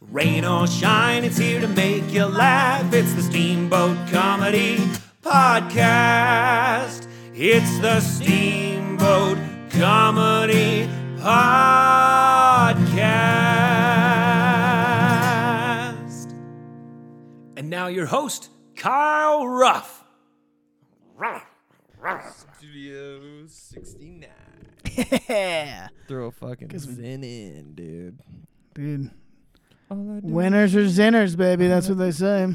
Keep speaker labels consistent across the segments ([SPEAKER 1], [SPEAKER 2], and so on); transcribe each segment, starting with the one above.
[SPEAKER 1] Rain or shine, it's here to make you laugh. It's the Steamboat Comedy Podcast. It's the Steamboat Comedy Podcast. And now your host, Kyle Ruff.
[SPEAKER 2] Studio 69.
[SPEAKER 3] Yeah,
[SPEAKER 2] Throw a fucking zen in, dude.
[SPEAKER 3] dude.
[SPEAKER 2] All I
[SPEAKER 3] Winners are zinners, baby. That's what they say.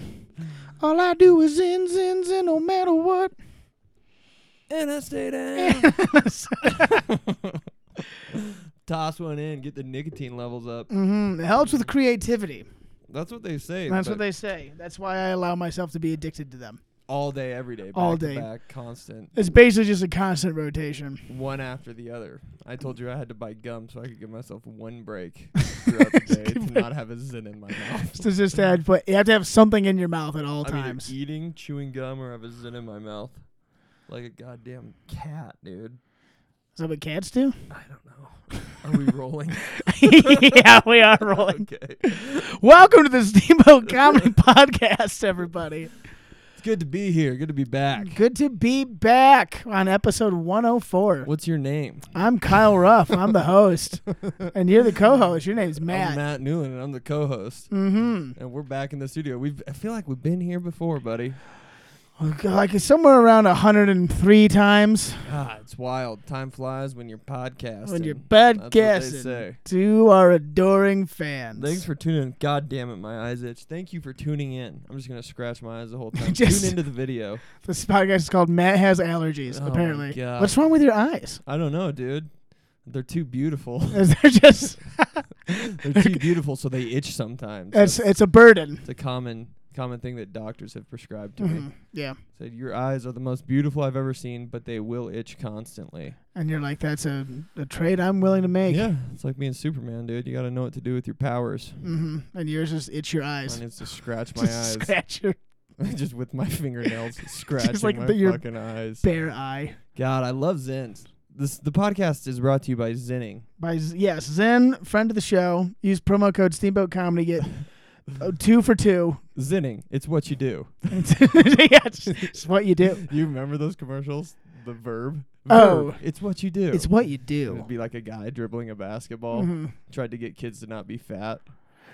[SPEAKER 3] All I do is zin, zin, zin, no matter what.
[SPEAKER 2] and I stay down. Toss one in, get the nicotine levels up.
[SPEAKER 3] hmm It helps with creativity.
[SPEAKER 2] That's what they say.
[SPEAKER 3] That's what
[SPEAKER 2] but
[SPEAKER 3] they say. That's why I allow myself to be addicted to them.
[SPEAKER 2] all day, every day, back
[SPEAKER 3] All
[SPEAKER 2] to
[SPEAKER 3] day.
[SPEAKER 2] back, constant,
[SPEAKER 3] It's basically just a constant rotation.
[SPEAKER 2] one after the other. I told you I had to buy gum so I could give myself one break throughout the day to not have a zen in my mouth.
[SPEAKER 3] So just add, but you have to have something in your mouth at all
[SPEAKER 2] I'm
[SPEAKER 3] times.
[SPEAKER 2] either eating, chewing gum, or have a zen in my mouth, like a goddamn cat, dude.
[SPEAKER 3] Is that what cats do?
[SPEAKER 2] I don't know. Are we rolling?
[SPEAKER 3] yeah, we are rolling.
[SPEAKER 2] okay.
[SPEAKER 3] Welcome to the Steamboat Comedy Podcast, everybody.
[SPEAKER 2] It's good to be here. Good to be back.
[SPEAKER 3] Good to be back on episode 104.
[SPEAKER 2] What's your name?
[SPEAKER 3] I'm Kyle Ruff. I'm the host, and you're the co-host. Your name's Matt.
[SPEAKER 2] I'm Matt Newland, and I'm the co-host.
[SPEAKER 3] Mm-hmm.
[SPEAKER 2] And we're back in the studio. We have I feel like we've been here before, buddy.
[SPEAKER 3] Like it's somewhere around 103 times
[SPEAKER 2] Ah, it's wild. Time flies when you're podcasting.
[SPEAKER 3] when you're
[SPEAKER 2] That's
[SPEAKER 3] bad
[SPEAKER 2] what They
[SPEAKER 3] guessing
[SPEAKER 2] say.
[SPEAKER 3] to our adoring fans.
[SPEAKER 2] Thanks for tuning in. God damn it, my eyes itch. Thank you for tuning in. I'm just gonna scratch my eyes the whole time.
[SPEAKER 3] Just-
[SPEAKER 2] Tune into the video.
[SPEAKER 3] This podcast is called Matt Has Allergies.
[SPEAKER 2] Oh my
[SPEAKER 3] apparently,
[SPEAKER 2] God.
[SPEAKER 3] what's wrong with your eyes?
[SPEAKER 2] I don't know, dude. They're too beautiful.
[SPEAKER 3] Is there just
[SPEAKER 2] They're too beautiful, so they itch sometimes.
[SPEAKER 3] it's
[SPEAKER 2] That's,
[SPEAKER 3] it's a burden.
[SPEAKER 2] it's a common common thing that doctors have prescribed to me.
[SPEAKER 3] Mhm. Yeah,
[SPEAKER 2] Said your eyes are the most beautiful I've ever seen, but they will itch constantly.
[SPEAKER 3] and you're like, that's a, a trade I'm willing to make.
[SPEAKER 2] Yeah, it's like being Superman, dude. You got to know what to do with your powers.
[SPEAKER 3] hmm And yours is itch your eyes.
[SPEAKER 2] Mine is to scratch my eyes,
[SPEAKER 3] Just scratch your
[SPEAKER 2] just with my fingernails, scratching
[SPEAKER 3] like
[SPEAKER 2] my
[SPEAKER 3] the- your-
[SPEAKER 2] fucking eyes.
[SPEAKER 3] bare eye.
[SPEAKER 2] God, I love Zins. This the podcast is brought to you by Zinning.
[SPEAKER 3] By Z- yes, Zen, friend of the show. Use promo code Steamboat Comedy get uh, two for two.
[SPEAKER 2] Zinning, it's what you do.
[SPEAKER 3] yeah, it's, it's what you do.
[SPEAKER 2] You remember those commercials? The verb.
[SPEAKER 3] Oh.
[SPEAKER 2] Verb, it's what you do.
[SPEAKER 3] It's what you
[SPEAKER 2] And It'd
[SPEAKER 3] do.
[SPEAKER 2] be like a guy dribbling a basketball,
[SPEAKER 3] Mhm.
[SPEAKER 2] tried to get kids to not be fat.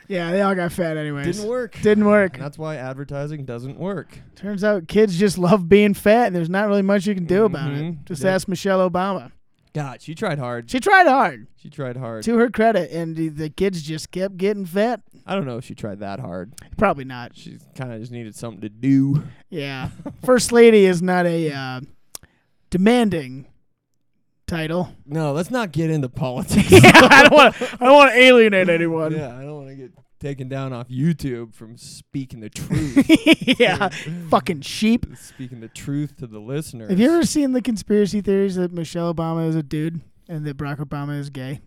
[SPEAKER 3] Yeah, they all got fat anyways.
[SPEAKER 2] Didn't work.
[SPEAKER 3] Didn't work.
[SPEAKER 2] And that's why advertising doesn't work.
[SPEAKER 3] Turns out kids just love being fat, and there's not really much you can do about it.
[SPEAKER 2] Mhm.
[SPEAKER 3] Just
[SPEAKER 2] Yep.
[SPEAKER 3] ask Michelle Obama.
[SPEAKER 2] God, she tried hard.
[SPEAKER 3] She tried hard,
[SPEAKER 2] She tried hard.
[SPEAKER 3] to her credit, and the- the kids just kept getting fat.
[SPEAKER 2] I don't know if she tried that hard.
[SPEAKER 3] Probably not.
[SPEAKER 2] She kind of just needed something to do.
[SPEAKER 3] Yeah, First Lady is not a uh, demanding title.
[SPEAKER 2] No, let's not get into politics.
[SPEAKER 3] yeah, I don't want. I don't want to alienate anyone.
[SPEAKER 2] yeah, I don't want to get taken down off YouTube from speaking the truth.
[SPEAKER 3] yeah, fucking sheep.
[SPEAKER 2] speaking the truth to the listeners.
[SPEAKER 3] Have you ever seen the conspiracy theories that Michelle Obama is a dude and that Barack Obama is gay?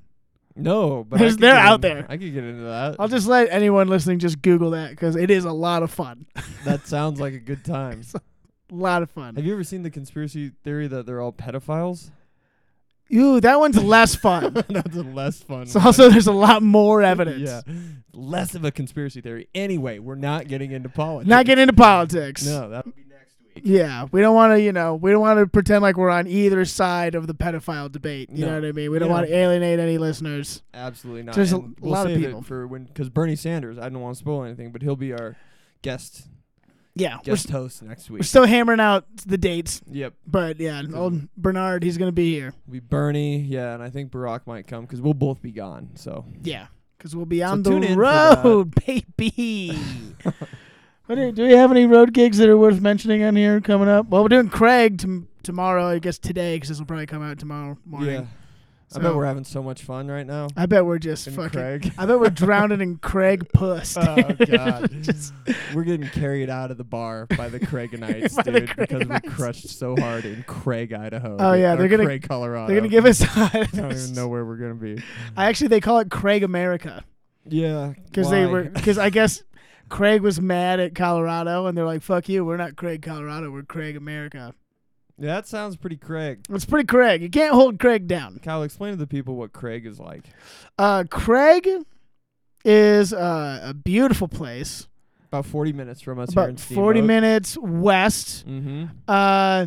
[SPEAKER 2] No, but I
[SPEAKER 3] There's-
[SPEAKER 2] could
[SPEAKER 3] they're
[SPEAKER 2] get
[SPEAKER 3] out
[SPEAKER 2] in-
[SPEAKER 3] there.
[SPEAKER 2] I could get into that.
[SPEAKER 3] I'll just let anyone listening just Google that because it is a lot of fun.
[SPEAKER 2] that sounds like a good time.
[SPEAKER 3] A lot of fun.
[SPEAKER 2] Have you ever seen the conspiracy theory that they're all pedophiles?
[SPEAKER 3] Ooh, that one's less fun.
[SPEAKER 2] That's a less fun.
[SPEAKER 3] so
[SPEAKER 2] one.
[SPEAKER 3] also, there's a lot more evidence.
[SPEAKER 2] yeah, less of a conspiracy theory. Anyway, we're not getting into politics.
[SPEAKER 3] Not getting into politics.
[SPEAKER 2] No, that would be next week.
[SPEAKER 3] Yeah, we don't want to, you know, we don't want to pretend like we're on either side of the pedophile debate. You
[SPEAKER 2] No.
[SPEAKER 3] know what I mean? We don't
[SPEAKER 2] Yeah.
[SPEAKER 3] want to alienate any listeners.
[SPEAKER 2] Absolutely not.
[SPEAKER 3] There's a
[SPEAKER 2] And we'll
[SPEAKER 3] lot of
[SPEAKER 2] save it
[SPEAKER 3] people.
[SPEAKER 2] for when because Bernie Sanders. I don't want to spoil anything, but he'll be our guest
[SPEAKER 3] Yeah, we're,
[SPEAKER 2] guest
[SPEAKER 3] st-
[SPEAKER 2] host next
[SPEAKER 3] we're
[SPEAKER 2] week.
[SPEAKER 3] still hammering out the dates,
[SPEAKER 2] Yep,
[SPEAKER 3] but yeah, old Bernard, he's gonna be here.
[SPEAKER 2] we Bernie. Yeah, and I think Barack might come because we'll both be gone. So
[SPEAKER 3] Yeah, because we'll be
[SPEAKER 2] So
[SPEAKER 3] on
[SPEAKER 2] tune
[SPEAKER 3] the
[SPEAKER 2] in for that.
[SPEAKER 3] road, baby. what do, do we have any road gigs that are worth mentioning on here coming up? Well, we're doing Craig tom tomorrow, I guess today, because this will probably come out tomorrow morning.
[SPEAKER 2] yeah, I
[SPEAKER 3] So-
[SPEAKER 2] bet we're having so much fun right now.
[SPEAKER 3] I bet we're just
[SPEAKER 2] And
[SPEAKER 3] fucking.
[SPEAKER 2] Craig.
[SPEAKER 3] I bet we're drowning in Craig puss.
[SPEAKER 2] Oh God,
[SPEAKER 3] Just-
[SPEAKER 2] we're getting carried out of the bar by the Craigonites,
[SPEAKER 3] By
[SPEAKER 2] dude,
[SPEAKER 3] the
[SPEAKER 2] because we
[SPEAKER 3] Craigonites.
[SPEAKER 2] crushed so hard in Craig, Idaho.
[SPEAKER 3] Oh,
[SPEAKER 2] dude,
[SPEAKER 3] yeah,
[SPEAKER 2] or
[SPEAKER 3] they're gonna-
[SPEAKER 2] Craig, Colorado.
[SPEAKER 3] They're gonna give us.
[SPEAKER 2] I don't even know where we're gonna be.
[SPEAKER 3] I actually they call it Craig America
[SPEAKER 2] Yeah,
[SPEAKER 3] because they
[SPEAKER 2] why?
[SPEAKER 3] were because I guess Craig was mad at Colorado and they're like fuck you we're not Craig Colorado we're Craig America.
[SPEAKER 2] Yeah, that sounds pretty Craig.
[SPEAKER 3] It's pretty Craig. You can't hold Craig down.
[SPEAKER 2] Kyle, explain to the people what Craig is like.
[SPEAKER 3] Uh, Craig is uh, a beautiful place,
[SPEAKER 2] About 40 minutes from us here in
[SPEAKER 3] about 40 minutes west.
[SPEAKER 2] Mm-hmm.
[SPEAKER 3] Uh,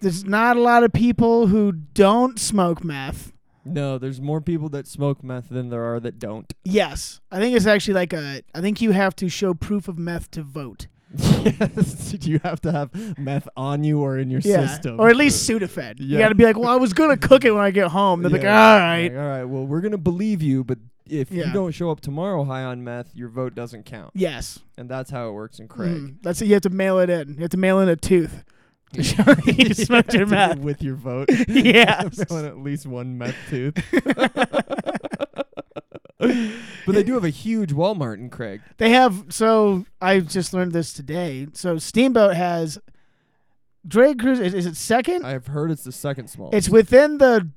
[SPEAKER 3] there's not a lot of people who don't smoke meth.
[SPEAKER 2] No, there's more people that smoke meth than there are that don't.
[SPEAKER 3] Yes, I think it's actually like a. I think you have to show proof of meth to vote.
[SPEAKER 2] yes, you have to have meth on you or in your
[SPEAKER 3] Yeah,
[SPEAKER 2] system.
[SPEAKER 3] or at least Sudafed. You
[SPEAKER 2] Yeah.
[SPEAKER 3] got to be like, well, I was gonna cook it when I get home. They're like, all
[SPEAKER 2] Yeah.
[SPEAKER 3] right,
[SPEAKER 2] Like, all right, well, we're going to believe you, but if
[SPEAKER 3] Yeah.
[SPEAKER 2] you don't show up tomorrow high on meth, your vote doesn't count.
[SPEAKER 3] yes.
[SPEAKER 2] And that's how it works in Craig.
[SPEAKER 3] Mm, that's it. You have to mail it in. You have to mail in a tooth. to show that you smoked your meth.
[SPEAKER 2] With your vote.
[SPEAKER 3] Yes.
[SPEAKER 2] Fill in at least one meth tooth. but they do have a huge Walmart in Craig.
[SPEAKER 3] They have so I just learned this today. So Steamboat has Drag Cruise is, is it second?
[SPEAKER 2] I've heard it's the second smallest.
[SPEAKER 3] It's within the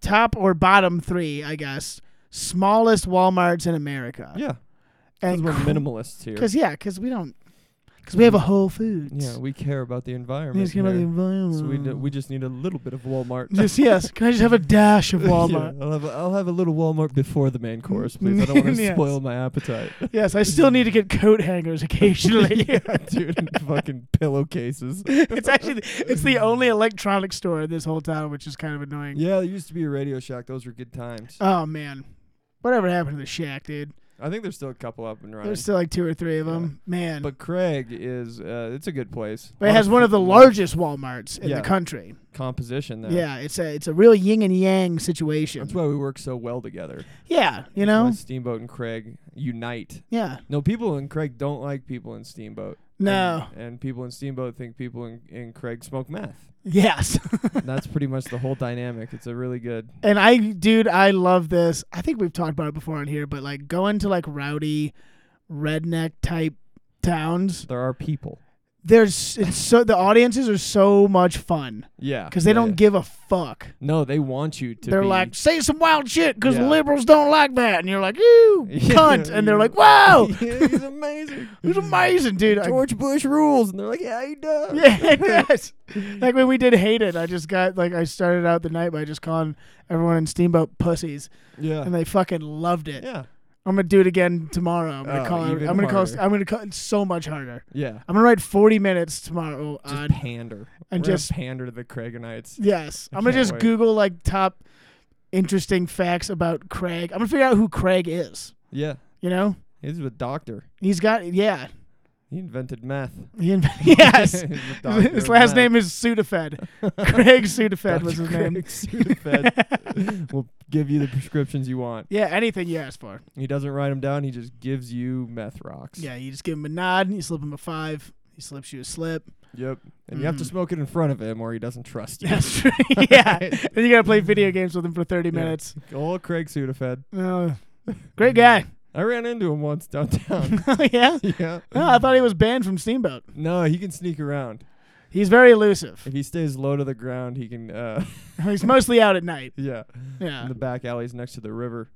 [SPEAKER 3] top or bottom three, I guess, smallest WalMarts in America.
[SPEAKER 2] yeah, because
[SPEAKER 3] and
[SPEAKER 2] we're minimalists here. Mm-hmm.
[SPEAKER 3] Because yeah, because we don't, because we have a Whole Foods.
[SPEAKER 2] Yeah, we care about the
[SPEAKER 3] We
[SPEAKER 2] environment.
[SPEAKER 3] just care about the
[SPEAKER 2] here.
[SPEAKER 3] environment.
[SPEAKER 2] so we, d- we just need a little bit of Walmart.
[SPEAKER 3] just yes. Can I just have a dash of
[SPEAKER 2] Yeah,
[SPEAKER 3] Walmart?
[SPEAKER 2] I'll, have a, I'll have a little Walmart before the main course, please. I don't want to
[SPEAKER 3] Yes.
[SPEAKER 2] spoil my appetite.
[SPEAKER 3] Yes, I still need to get coat hangers occasionally.
[SPEAKER 2] yeah, dude, and fucking pillowcases.
[SPEAKER 3] it's actually it's the only electronic store in this whole town, which is kind of annoying.
[SPEAKER 2] Yeah, there used to be a Radio Shack. Those were good times.
[SPEAKER 3] Oh man, whatever happened to the shack, dude?
[SPEAKER 2] I think there's still a couple up and running.
[SPEAKER 3] There's still like two or three of
[SPEAKER 2] Yeah.
[SPEAKER 3] them, man.
[SPEAKER 2] But
[SPEAKER 3] But,
[SPEAKER 2] Craig is uh, it's a good place.
[SPEAKER 3] it has one of the
[SPEAKER 2] large
[SPEAKER 3] largest WalMarts in
[SPEAKER 2] Yeah.
[SPEAKER 3] the country.
[SPEAKER 2] composition there.
[SPEAKER 3] Yeah, it's a it's a real yin and yang
[SPEAKER 2] That's
[SPEAKER 3] situation.
[SPEAKER 2] why we work so well together.
[SPEAKER 3] Yeah, you
[SPEAKER 2] That's why
[SPEAKER 3] know.
[SPEAKER 2] Steamboat and Craig unite.
[SPEAKER 3] Yeah,
[SPEAKER 2] No, people in Craig don't like people in Steamboat.
[SPEAKER 3] no,
[SPEAKER 2] And, and people in Steamboat think people in, in Craig smoke meth.
[SPEAKER 3] yes.
[SPEAKER 2] And that's pretty much the whole dynamic. It's a really good.
[SPEAKER 3] And I, dude, I love this. I think we've talked about it before on here, but like going to like rowdy, redneck type towns,
[SPEAKER 2] There are people.
[SPEAKER 3] there's it's so the audiences are so much fun
[SPEAKER 2] Yeah.
[SPEAKER 3] because they
[SPEAKER 2] yeah,
[SPEAKER 3] don't
[SPEAKER 2] yeah.
[SPEAKER 3] give a fuck.
[SPEAKER 2] No, they want you to
[SPEAKER 3] They're
[SPEAKER 2] be-
[SPEAKER 3] like, say some wild shit because
[SPEAKER 2] Yeah.
[SPEAKER 3] liberals don't like that, and you're like, you
[SPEAKER 2] Yeah,
[SPEAKER 3] cunt, and they're
[SPEAKER 2] yeah.
[SPEAKER 3] like, wow,
[SPEAKER 2] yeah, he's amazing.
[SPEAKER 3] it was amazing, dude. I-
[SPEAKER 2] George Bush rules. And they're like, yeah, he does.
[SPEAKER 3] yeah, yes. Like when we did hate it, I just got like I started out the night by just calling everyone in Steamboat pussies,
[SPEAKER 2] Yeah.
[SPEAKER 3] and they fucking loved it.
[SPEAKER 2] Yeah.
[SPEAKER 3] I'm gonna do it again tomorrow. I'm gonna
[SPEAKER 2] Oh,
[SPEAKER 3] call. every-
[SPEAKER 2] even
[SPEAKER 3] I'm gonna call.
[SPEAKER 2] harder.
[SPEAKER 3] I'm gonna call so much harder.
[SPEAKER 2] Yeah.
[SPEAKER 3] I'm gonna write 40 minutes tomorrow.
[SPEAKER 2] Just
[SPEAKER 3] On,
[SPEAKER 2] pander.
[SPEAKER 3] and
[SPEAKER 2] We're gonna
[SPEAKER 3] just-
[SPEAKER 2] pander to the Craiganites.
[SPEAKER 3] yes,
[SPEAKER 2] I
[SPEAKER 3] I'm gonna
[SPEAKER 2] can't
[SPEAKER 3] just
[SPEAKER 2] wait.
[SPEAKER 3] Google like top interesting facts about Craig. I'm gonna figure out who Craig is.
[SPEAKER 2] Yeah.
[SPEAKER 3] You know,
[SPEAKER 2] He's a doctor.
[SPEAKER 3] he's got yeah.
[SPEAKER 2] He invented meth.
[SPEAKER 3] He inv-
[SPEAKER 2] He's
[SPEAKER 3] yes,
[SPEAKER 2] a doctor
[SPEAKER 3] his
[SPEAKER 2] of
[SPEAKER 3] last
[SPEAKER 2] meth.
[SPEAKER 3] name is Sudafed. Craig Sudafed was
[SPEAKER 2] Dr.
[SPEAKER 3] his
[SPEAKER 2] Craig
[SPEAKER 3] name.
[SPEAKER 2] Sudafed will give you the prescriptions you want.
[SPEAKER 3] Yeah, anything you ask for.
[SPEAKER 2] He doesn't write them down. He just gives you meth rocks.
[SPEAKER 3] Yeah, you just give him a nod. You slip him a five. He slips you a slip.
[SPEAKER 2] Yep. And you have to
[SPEAKER 3] Mhm.
[SPEAKER 2] smoke it in front of him, or he doesn't trust you.
[SPEAKER 3] That's true. yeah. Then you gotta play video games with him for 30
[SPEAKER 2] Yeah.
[SPEAKER 3] minutes.
[SPEAKER 2] Old Craig Sudafed.
[SPEAKER 3] No. Great guy.
[SPEAKER 2] I ran into him once downtown.
[SPEAKER 3] oh yeah.
[SPEAKER 2] yeah.
[SPEAKER 3] No, I thought he was banned from Steamboat.
[SPEAKER 2] No, he can sneak around.
[SPEAKER 3] He's very elusive.
[SPEAKER 2] If he stays low to the ground, he can. Uh,
[SPEAKER 3] He's mostly out at night.
[SPEAKER 2] yeah. In
[SPEAKER 3] Yeah.
[SPEAKER 2] the back alleys next to the river.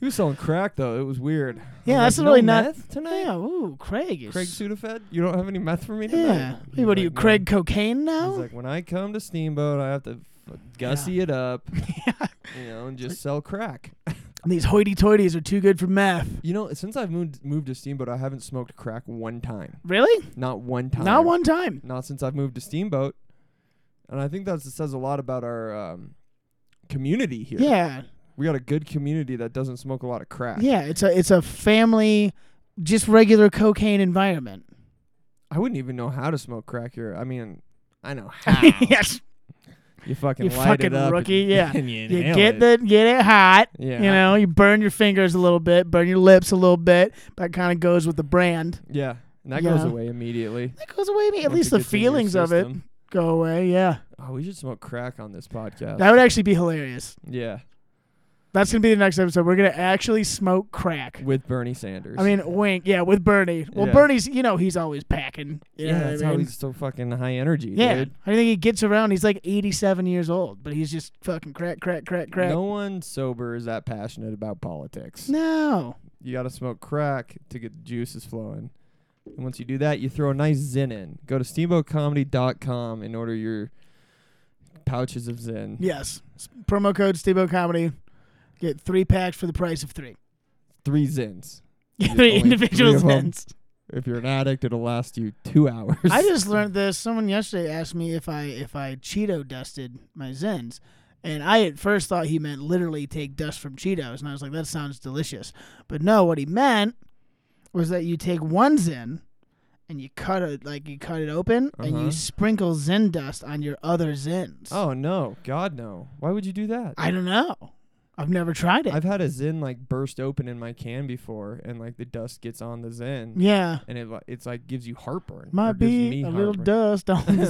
[SPEAKER 2] he was selling crack though. It was weird. I
[SPEAKER 3] Yeah,
[SPEAKER 2] was
[SPEAKER 3] that's really not-
[SPEAKER 2] meth tonight.
[SPEAKER 3] Oh, Yeah. Ooh, Craig is.
[SPEAKER 2] Craig Sudafed, you don't have any meth for me tonight.
[SPEAKER 3] yeah.
[SPEAKER 2] He's
[SPEAKER 3] Hey, what are
[SPEAKER 2] like,
[SPEAKER 3] you,
[SPEAKER 2] "No."
[SPEAKER 3] Craig Cocaine
[SPEAKER 2] He's
[SPEAKER 3] now?
[SPEAKER 2] like, when I come to Steamboat, I have to f- gussy it up, you know, and just sell crack.
[SPEAKER 3] These hoity-toities are too good for meth.
[SPEAKER 2] You know, since I've moved moved to Steamboat, I haven't smoked crack one time.
[SPEAKER 3] Really?
[SPEAKER 2] Not one time.
[SPEAKER 3] Not one time.
[SPEAKER 2] Not since I've moved to Steamboat, and I think that says a lot about our um, community here.
[SPEAKER 3] Yeah.
[SPEAKER 2] we got a good community that doesn't smoke a lot of crack.
[SPEAKER 3] Yeah. It's a it's a family, just regular cocaine environment.
[SPEAKER 2] I wouldn't even know how to smoke crack here. I mean, I know how.
[SPEAKER 3] yes.
[SPEAKER 2] You fucking
[SPEAKER 3] You
[SPEAKER 2] light
[SPEAKER 3] fucking
[SPEAKER 2] it up.
[SPEAKER 3] rookie,
[SPEAKER 2] and,
[SPEAKER 3] yeah.
[SPEAKER 2] and you,
[SPEAKER 3] You
[SPEAKER 2] inhale
[SPEAKER 3] get
[SPEAKER 2] it.
[SPEAKER 3] the get it hot.
[SPEAKER 2] yeah.
[SPEAKER 3] You know, you burn your fingers a little bit, burn your lips a little bit. That kind of goes with the brand.
[SPEAKER 2] Yeah. And that
[SPEAKER 3] You
[SPEAKER 2] goes
[SPEAKER 3] know?
[SPEAKER 2] away immediately.
[SPEAKER 3] That goes away. I mean, At
[SPEAKER 2] once
[SPEAKER 3] least
[SPEAKER 2] it
[SPEAKER 3] the
[SPEAKER 2] gets in your
[SPEAKER 3] feelings of it
[SPEAKER 2] system.
[SPEAKER 3] go away. Yeah,
[SPEAKER 2] Oh, we should smoke crack on this podcast.
[SPEAKER 3] that would actually be hilarious.
[SPEAKER 2] yeah.
[SPEAKER 3] That's gonna be the next episode. We're gonna actually smoke crack.
[SPEAKER 2] With Bernie Sanders.
[SPEAKER 3] I mean, wink. Yeah, with Bernie. Well,
[SPEAKER 2] Yeah.
[SPEAKER 3] Bernie's. You know, he's always packing. You
[SPEAKER 2] yeah,
[SPEAKER 3] know what I
[SPEAKER 2] that's how
[SPEAKER 3] mean?
[SPEAKER 2] he's so fucking high energy,
[SPEAKER 3] yeah.
[SPEAKER 2] dude.
[SPEAKER 3] I think he gets around. He's like 87 years old, but he's just fucking crack, crack, crack, crack.
[SPEAKER 2] No one sober is that passionate about politics.
[SPEAKER 3] No.
[SPEAKER 2] You got to smoke crack to get the juices flowing. And once you do that, you throw a nice zen in. Go to steamboatcomedy.com and order your pouches of zen.
[SPEAKER 3] Yes. S- Promo code Stebo Comedy. Get three packs for the price of three.
[SPEAKER 2] three zins.
[SPEAKER 3] Three
[SPEAKER 2] only
[SPEAKER 3] individual
[SPEAKER 2] three of 'em.
[SPEAKER 3] zins.
[SPEAKER 2] If you're an addict, it'll last you two hours.
[SPEAKER 3] I just learned this. Someone yesterday asked me if I if I Cheeto dusted my Zins, and I at first thought he meant literally take dust from Cheetos, and I was like, that sounds delicious. But no, what he meant was that you take one Zin, and you cut it like you cut it open, and
[SPEAKER 2] Uh-huh.
[SPEAKER 3] you sprinkle Zin dust on your other Zins.
[SPEAKER 2] oh no, God no! Why would you do that?
[SPEAKER 3] I don't know. I've never tried it.
[SPEAKER 2] I've had a Zin like burst open in my can before, and like the dust gets on the Zin,
[SPEAKER 3] yeah,
[SPEAKER 2] and it li- it's like gives you heartburn. or
[SPEAKER 3] might
[SPEAKER 2] gives
[SPEAKER 3] be
[SPEAKER 2] me
[SPEAKER 3] a little
[SPEAKER 2] heartburn.
[SPEAKER 3] dust on the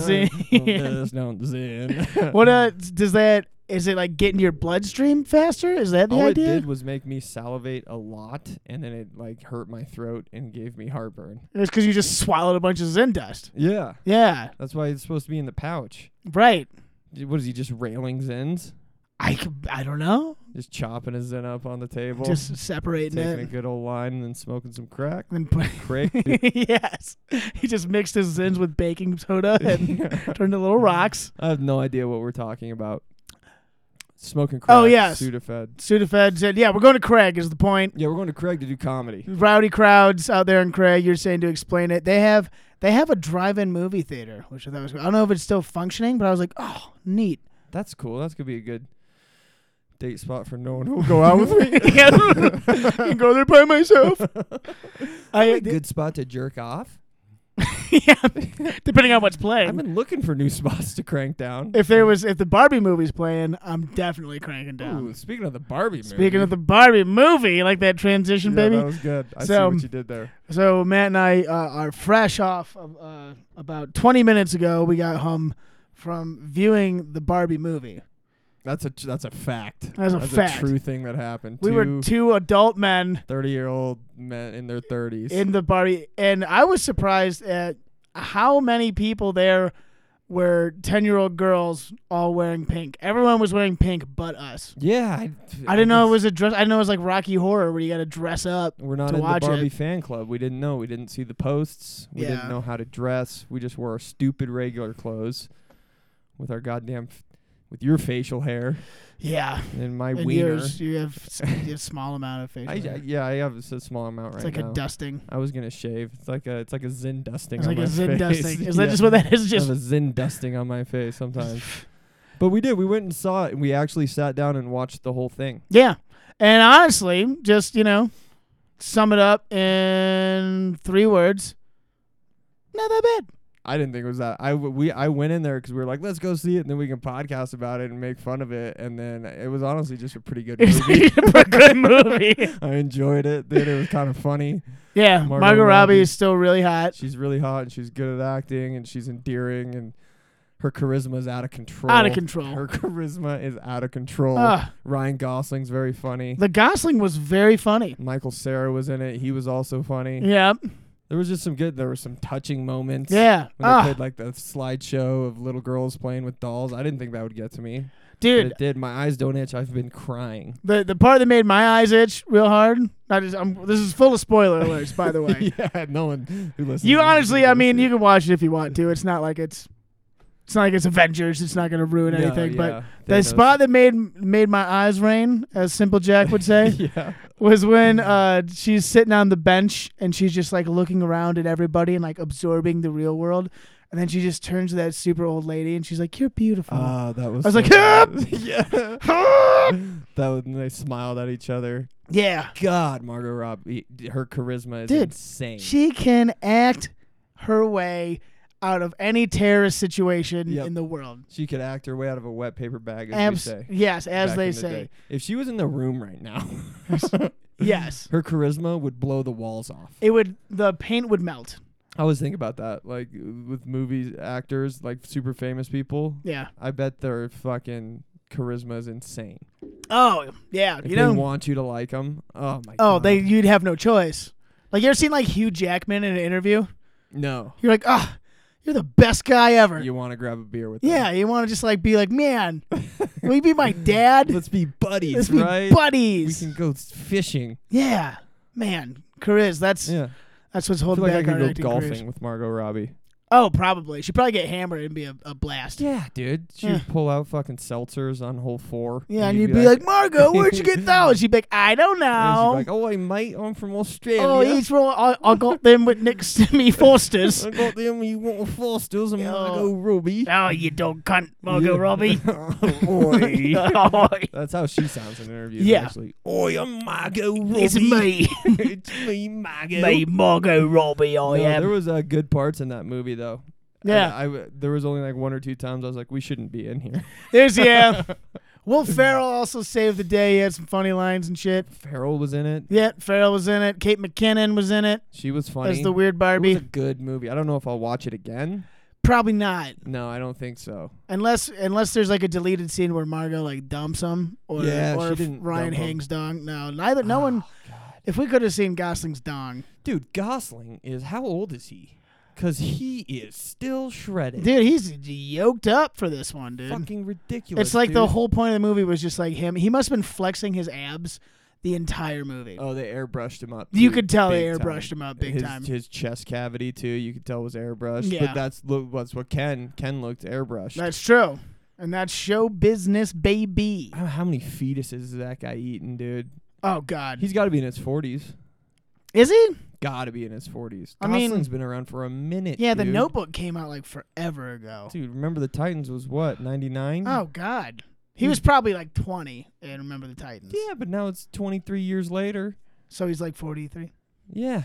[SPEAKER 3] Zin.
[SPEAKER 2] Dust on Zin.
[SPEAKER 3] what uh, does that? Is it like getting your bloodstream faster? Is that the
[SPEAKER 2] All
[SPEAKER 3] idea?
[SPEAKER 2] Oh, it did was make me salivate a lot, and then it like hurt my throat and gave me heartburn.
[SPEAKER 3] It's because you just swallowed a bunch of Zen dust.
[SPEAKER 2] Yeah,
[SPEAKER 3] Yeah,
[SPEAKER 2] that's why it's supposed to be in the pouch.
[SPEAKER 3] right.
[SPEAKER 2] D- What is he just railing zins?
[SPEAKER 3] I, c- I don't know.
[SPEAKER 2] Just chopping his zin up on the table,
[SPEAKER 3] just separating
[SPEAKER 2] taking a
[SPEAKER 3] it.
[SPEAKER 2] good old line, and then smoking some crack.
[SPEAKER 3] And put-
[SPEAKER 2] Crack.
[SPEAKER 3] yes, he just mixed his Zins with baking soda and turned to little rocks.
[SPEAKER 2] I have no idea what we're talking about. Smoking crack.
[SPEAKER 3] Oh, yes.
[SPEAKER 2] Sudafed.
[SPEAKER 3] Sudafed said, "Yeah, we're going to Craig." Is the point?
[SPEAKER 2] Yeah, we're going to Craig to do comedy.
[SPEAKER 3] Rowdy crowds out there in Craig. You're saying to explain it. They have they have a drive-in movie theater, which I thought was. I don't know if it's still functioning, but I was like, oh, neat.
[SPEAKER 2] That's cool. That's gonna be a good date spot for no one who'll go out with me.
[SPEAKER 3] Yeah. I can go there by myself. I
[SPEAKER 2] good spot to jerk off.
[SPEAKER 3] yeah, depending on what's playing.
[SPEAKER 2] I've been looking for new spots to crank down.
[SPEAKER 3] If there was, if the Barbie movie's playing, I'm definitely cranking down.
[SPEAKER 2] Ooh, speaking of the Barbie movie.
[SPEAKER 3] Speaking of the Barbie movie, you like that
[SPEAKER 2] yeah,
[SPEAKER 3] transition, baby.
[SPEAKER 2] that was good. I
[SPEAKER 3] So,
[SPEAKER 2] see what you did there.
[SPEAKER 3] so Matt and I uh, are fresh off of uh, about 20 minutes ago. We got home from viewing the Barbie movie.
[SPEAKER 2] That's a tr- that's a fact.
[SPEAKER 3] That's a fact.
[SPEAKER 2] true thing that happened.
[SPEAKER 3] We
[SPEAKER 2] two
[SPEAKER 3] were two adult men
[SPEAKER 2] thirty-year-old men in their thirties.
[SPEAKER 3] in the Barbie, and I was surprised at how many people there were 10 year old girls all wearing pink. Everyone was wearing pink, but us.
[SPEAKER 2] yeah, I,
[SPEAKER 3] I didn't know it
[SPEAKER 2] guess
[SPEAKER 3] was a dress. I didn't know it was like Rocky Horror where you got to dress up.
[SPEAKER 2] We're not
[SPEAKER 3] to
[SPEAKER 2] in the
[SPEAKER 3] watch it.
[SPEAKER 2] Barbie fan club. We didn't know. We didn't see the posts. We
[SPEAKER 3] Yeah.
[SPEAKER 2] didn't know how to dress. We just wore our stupid regular clothes with our goddamn, f- with your facial hair
[SPEAKER 3] Yeah.
[SPEAKER 2] and my
[SPEAKER 3] And
[SPEAKER 2] wiener.
[SPEAKER 3] yours, you have s- you have small amount of facial.
[SPEAKER 2] I,
[SPEAKER 3] hair.
[SPEAKER 2] I- yeah, I have s- a small amount
[SPEAKER 3] it's
[SPEAKER 2] right
[SPEAKER 3] like
[SPEAKER 2] now.
[SPEAKER 3] a dusting.
[SPEAKER 2] I was gonna shave. It's like a it's like a zin dusting.
[SPEAKER 3] It's
[SPEAKER 2] on
[SPEAKER 3] like
[SPEAKER 2] my
[SPEAKER 3] a zin
[SPEAKER 2] face.
[SPEAKER 3] dusting. Is
[SPEAKER 2] yeah.
[SPEAKER 3] that just what that is?
[SPEAKER 2] I have
[SPEAKER 3] Just
[SPEAKER 2] a zin dusting on my face sometimes? but we did. We went and saw it, and we actually sat down and watched the whole thing.
[SPEAKER 3] yeah. And honestly, just you know, sum it up in three words. Not that bad.
[SPEAKER 2] I didn't think it was that. I w- we I went in there because we were like, let's go see it, and then we can podcast about it and make fun of it. And then it was honestly just a pretty good
[SPEAKER 3] It's
[SPEAKER 2] movie.
[SPEAKER 3] a good movie.
[SPEAKER 2] I enjoyed it. Then it was kind of funny.
[SPEAKER 3] Yeah, Margot,
[SPEAKER 2] Margot
[SPEAKER 3] Robbie
[SPEAKER 2] Robbie.
[SPEAKER 3] is still really hot.
[SPEAKER 2] She's really hot and she's good at acting and she's endearing and her charisma is out of control.
[SPEAKER 3] Out of control.
[SPEAKER 2] Her charisma is out of control.
[SPEAKER 3] Ah,
[SPEAKER 2] Ryan Gosling's very funny.
[SPEAKER 3] the Gosling was very funny.
[SPEAKER 2] Michael Sarah was in it. He was also funny.
[SPEAKER 3] Yeah,
[SPEAKER 2] There was just some good. There were some touching moments.
[SPEAKER 3] yeah.
[SPEAKER 2] When they
[SPEAKER 3] Ah,
[SPEAKER 2] played like the slideshow of little girls playing with dolls, I didn't think that would get to me. But
[SPEAKER 3] dude,
[SPEAKER 2] it did. My eyes don't itch. I've been crying.
[SPEAKER 3] the the part that made my eyes itch real hard. I just, I'm, this is full of spoiler alerts, by the way.
[SPEAKER 2] yeah, no one who listens.
[SPEAKER 3] You
[SPEAKER 2] to this
[SPEAKER 3] honestly,
[SPEAKER 2] is
[SPEAKER 3] I
[SPEAKER 2] gonna
[SPEAKER 3] mean,
[SPEAKER 2] see
[SPEAKER 3] you
[SPEAKER 2] it.
[SPEAKER 3] can watch it if you want to. It's not like it's, it's not like it's Avengers. It's not gonna ruin
[SPEAKER 2] No,
[SPEAKER 3] anything.
[SPEAKER 2] yeah,
[SPEAKER 3] But
[SPEAKER 2] they
[SPEAKER 3] the
[SPEAKER 2] know.
[SPEAKER 3] spot that made made my eyes rain, as Simple Jack would say,
[SPEAKER 2] yeah.
[SPEAKER 3] was when uh, she's sitting on the bench and she's just like looking around at everybody and like absorbing the real world, and then she just turns to that super old lady and she's like, "You're beautiful."
[SPEAKER 2] Ah, that was.
[SPEAKER 3] I was
[SPEAKER 2] so
[SPEAKER 3] like,
[SPEAKER 2] bad. yeah. Uh. that was. and They smiled at each other.
[SPEAKER 3] yeah,
[SPEAKER 2] God, Margot Robbie, her charisma is
[SPEAKER 3] Dude,
[SPEAKER 2] insane.
[SPEAKER 3] she can act her way out of any terrorist situation
[SPEAKER 2] Yep.
[SPEAKER 3] in the world.
[SPEAKER 2] she could act her way out of a wet paper bag, as
[SPEAKER 3] Abs-
[SPEAKER 2] we say.
[SPEAKER 3] yes, as
[SPEAKER 2] back
[SPEAKER 3] they
[SPEAKER 2] in the
[SPEAKER 3] say.
[SPEAKER 2] day. If she was in the room right now,
[SPEAKER 3] Yes.
[SPEAKER 2] her charisma would blow the walls off.
[SPEAKER 3] It would the paint would melt.
[SPEAKER 2] I always think about that, like with movies, actors, like super famous people.
[SPEAKER 3] Yeah.
[SPEAKER 2] I bet their fucking charisma is insane.
[SPEAKER 3] Oh yeah.
[SPEAKER 2] If
[SPEAKER 3] you
[SPEAKER 2] they
[SPEAKER 3] know.
[SPEAKER 2] want you to like them, oh my.
[SPEAKER 3] oh,
[SPEAKER 2] God.
[SPEAKER 3] they you'd have no choice. Like you ever seen like Hugh Jackman in an interview?
[SPEAKER 2] no.
[SPEAKER 3] You're like, ah, you're the best guy ever.
[SPEAKER 2] You want to grab a beer with?
[SPEAKER 3] yeah.
[SPEAKER 2] Them.
[SPEAKER 3] You want to just like be like, man, will you be my dad?
[SPEAKER 2] Let's be buddies,
[SPEAKER 3] Let's be
[SPEAKER 2] right? we
[SPEAKER 3] buddies.
[SPEAKER 2] can go s- fishing.
[SPEAKER 3] yeah, man. Chariz, that's
[SPEAKER 2] Yeah.
[SPEAKER 3] that's what's
[SPEAKER 2] I feel
[SPEAKER 3] holding
[SPEAKER 2] like I
[SPEAKER 3] back
[SPEAKER 2] could
[SPEAKER 3] our
[SPEAKER 2] go
[SPEAKER 3] acting
[SPEAKER 2] golfing
[SPEAKER 3] careers.
[SPEAKER 2] with Margot Robbie.
[SPEAKER 3] Oh, probably. She'd probably get hammered and be a, a blast. Yeah,
[SPEAKER 2] Yeah, dude. She would pull out fucking seltzers on hole four.
[SPEAKER 3] and you'd be like, Margo, where'd you get that? And she'd be like, I don't
[SPEAKER 2] and she'd be
[SPEAKER 3] know.
[SPEAKER 2] like, oh, I might. I'm from Australia.
[SPEAKER 3] oh, he's wrong. I, I got them with Nick Simi Forsters.
[SPEAKER 2] I got them. You want Foster's and
[SPEAKER 3] Yeah.
[SPEAKER 2] Margot Robbie.
[SPEAKER 3] oh, you dog cunt, Margot
[SPEAKER 2] Yeah.
[SPEAKER 3] Robbie. Oh,
[SPEAKER 2] Oi.
[SPEAKER 3] Oi.
[SPEAKER 2] That's how she sounds in interviews.
[SPEAKER 3] Yeah.
[SPEAKER 2] Actually. Oi, I'm Margot Robbie.
[SPEAKER 3] it's me,
[SPEAKER 2] it's me, Margot.
[SPEAKER 3] me, Margot Robbie.
[SPEAKER 2] No,
[SPEAKER 3] I am.
[SPEAKER 2] there was uh, good parts in that movie though. And
[SPEAKER 3] Yeah.
[SPEAKER 2] I w- there was only like one or two times I was like, we shouldn't be in here.
[SPEAKER 3] There's yeah. Will Ferrell also saved the day. He had some funny lines and shit.
[SPEAKER 2] Farrell was in it.
[SPEAKER 3] Yeah, Ferrell was in it. Kate McKinnon was in it
[SPEAKER 2] She was funny.
[SPEAKER 3] as the weird
[SPEAKER 2] it
[SPEAKER 3] Barbie.
[SPEAKER 2] was a good movie. I don't know if I'll watch it again.
[SPEAKER 3] Probably not,
[SPEAKER 2] No, I don't think so.
[SPEAKER 3] unless unless there's like a deleted scene where Margot like dumps him or
[SPEAKER 2] Yeah,
[SPEAKER 3] or
[SPEAKER 2] she
[SPEAKER 3] if
[SPEAKER 2] didn't
[SPEAKER 3] Ryan
[SPEAKER 2] dump him. Oh,
[SPEAKER 3] hangs dong. No, neither. No one. If we could have seen Gosling's dong,
[SPEAKER 2] Dude, Gosling is how old is he? Cause he is still shredded.
[SPEAKER 3] dude, he's yoked up for this one, dude.
[SPEAKER 2] Fucking ridiculous.
[SPEAKER 3] it's like the
[SPEAKER 2] dude.
[SPEAKER 3] whole point of the movie was just like him. He must have been flexing his abs the entire movie.
[SPEAKER 2] Oh, they airbrushed him up.
[SPEAKER 3] You
[SPEAKER 2] dude,
[SPEAKER 3] could tell they
[SPEAKER 2] big
[SPEAKER 3] airbrushed
[SPEAKER 2] time.
[SPEAKER 3] him up big
[SPEAKER 2] his,
[SPEAKER 3] time.
[SPEAKER 2] His chest cavity too, you could tell was airbrushed.
[SPEAKER 3] Yeah.
[SPEAKER 2] But that's look that's what Ken Ken looked airbrushed.
[SPEAKER 3] That's true, and that's show business, baby.
[SPEAKER 2] I don't know how many fetuses is that guy eating, dude.
[SPEAKER 3] Oh God,
[SPEAKER 2] He's got to be in his forties.
[SPEAKER 3] is he?
[SPEAKER 2] Got to be in his forties.
[SPEAKER 3] I mean-
[SPEAKER 2] Gosling's been around for a minute.
[SPEAKER 3] Yeah, the
[SPEAKER 2] dude.
[SPEAKER 3] Notebook came out like forever ago.
[SPEAKER 2] Dude, remember the Titans was what ninety nine?
[SPEAKER 3] Oh God, he was probably like 20 and Remember the Titans.
[SPEAKER 2] yeah, but now it's twenty three years later.
[SPEAKER 3] So he's like 43.
[SPEAKER 2] Yeah,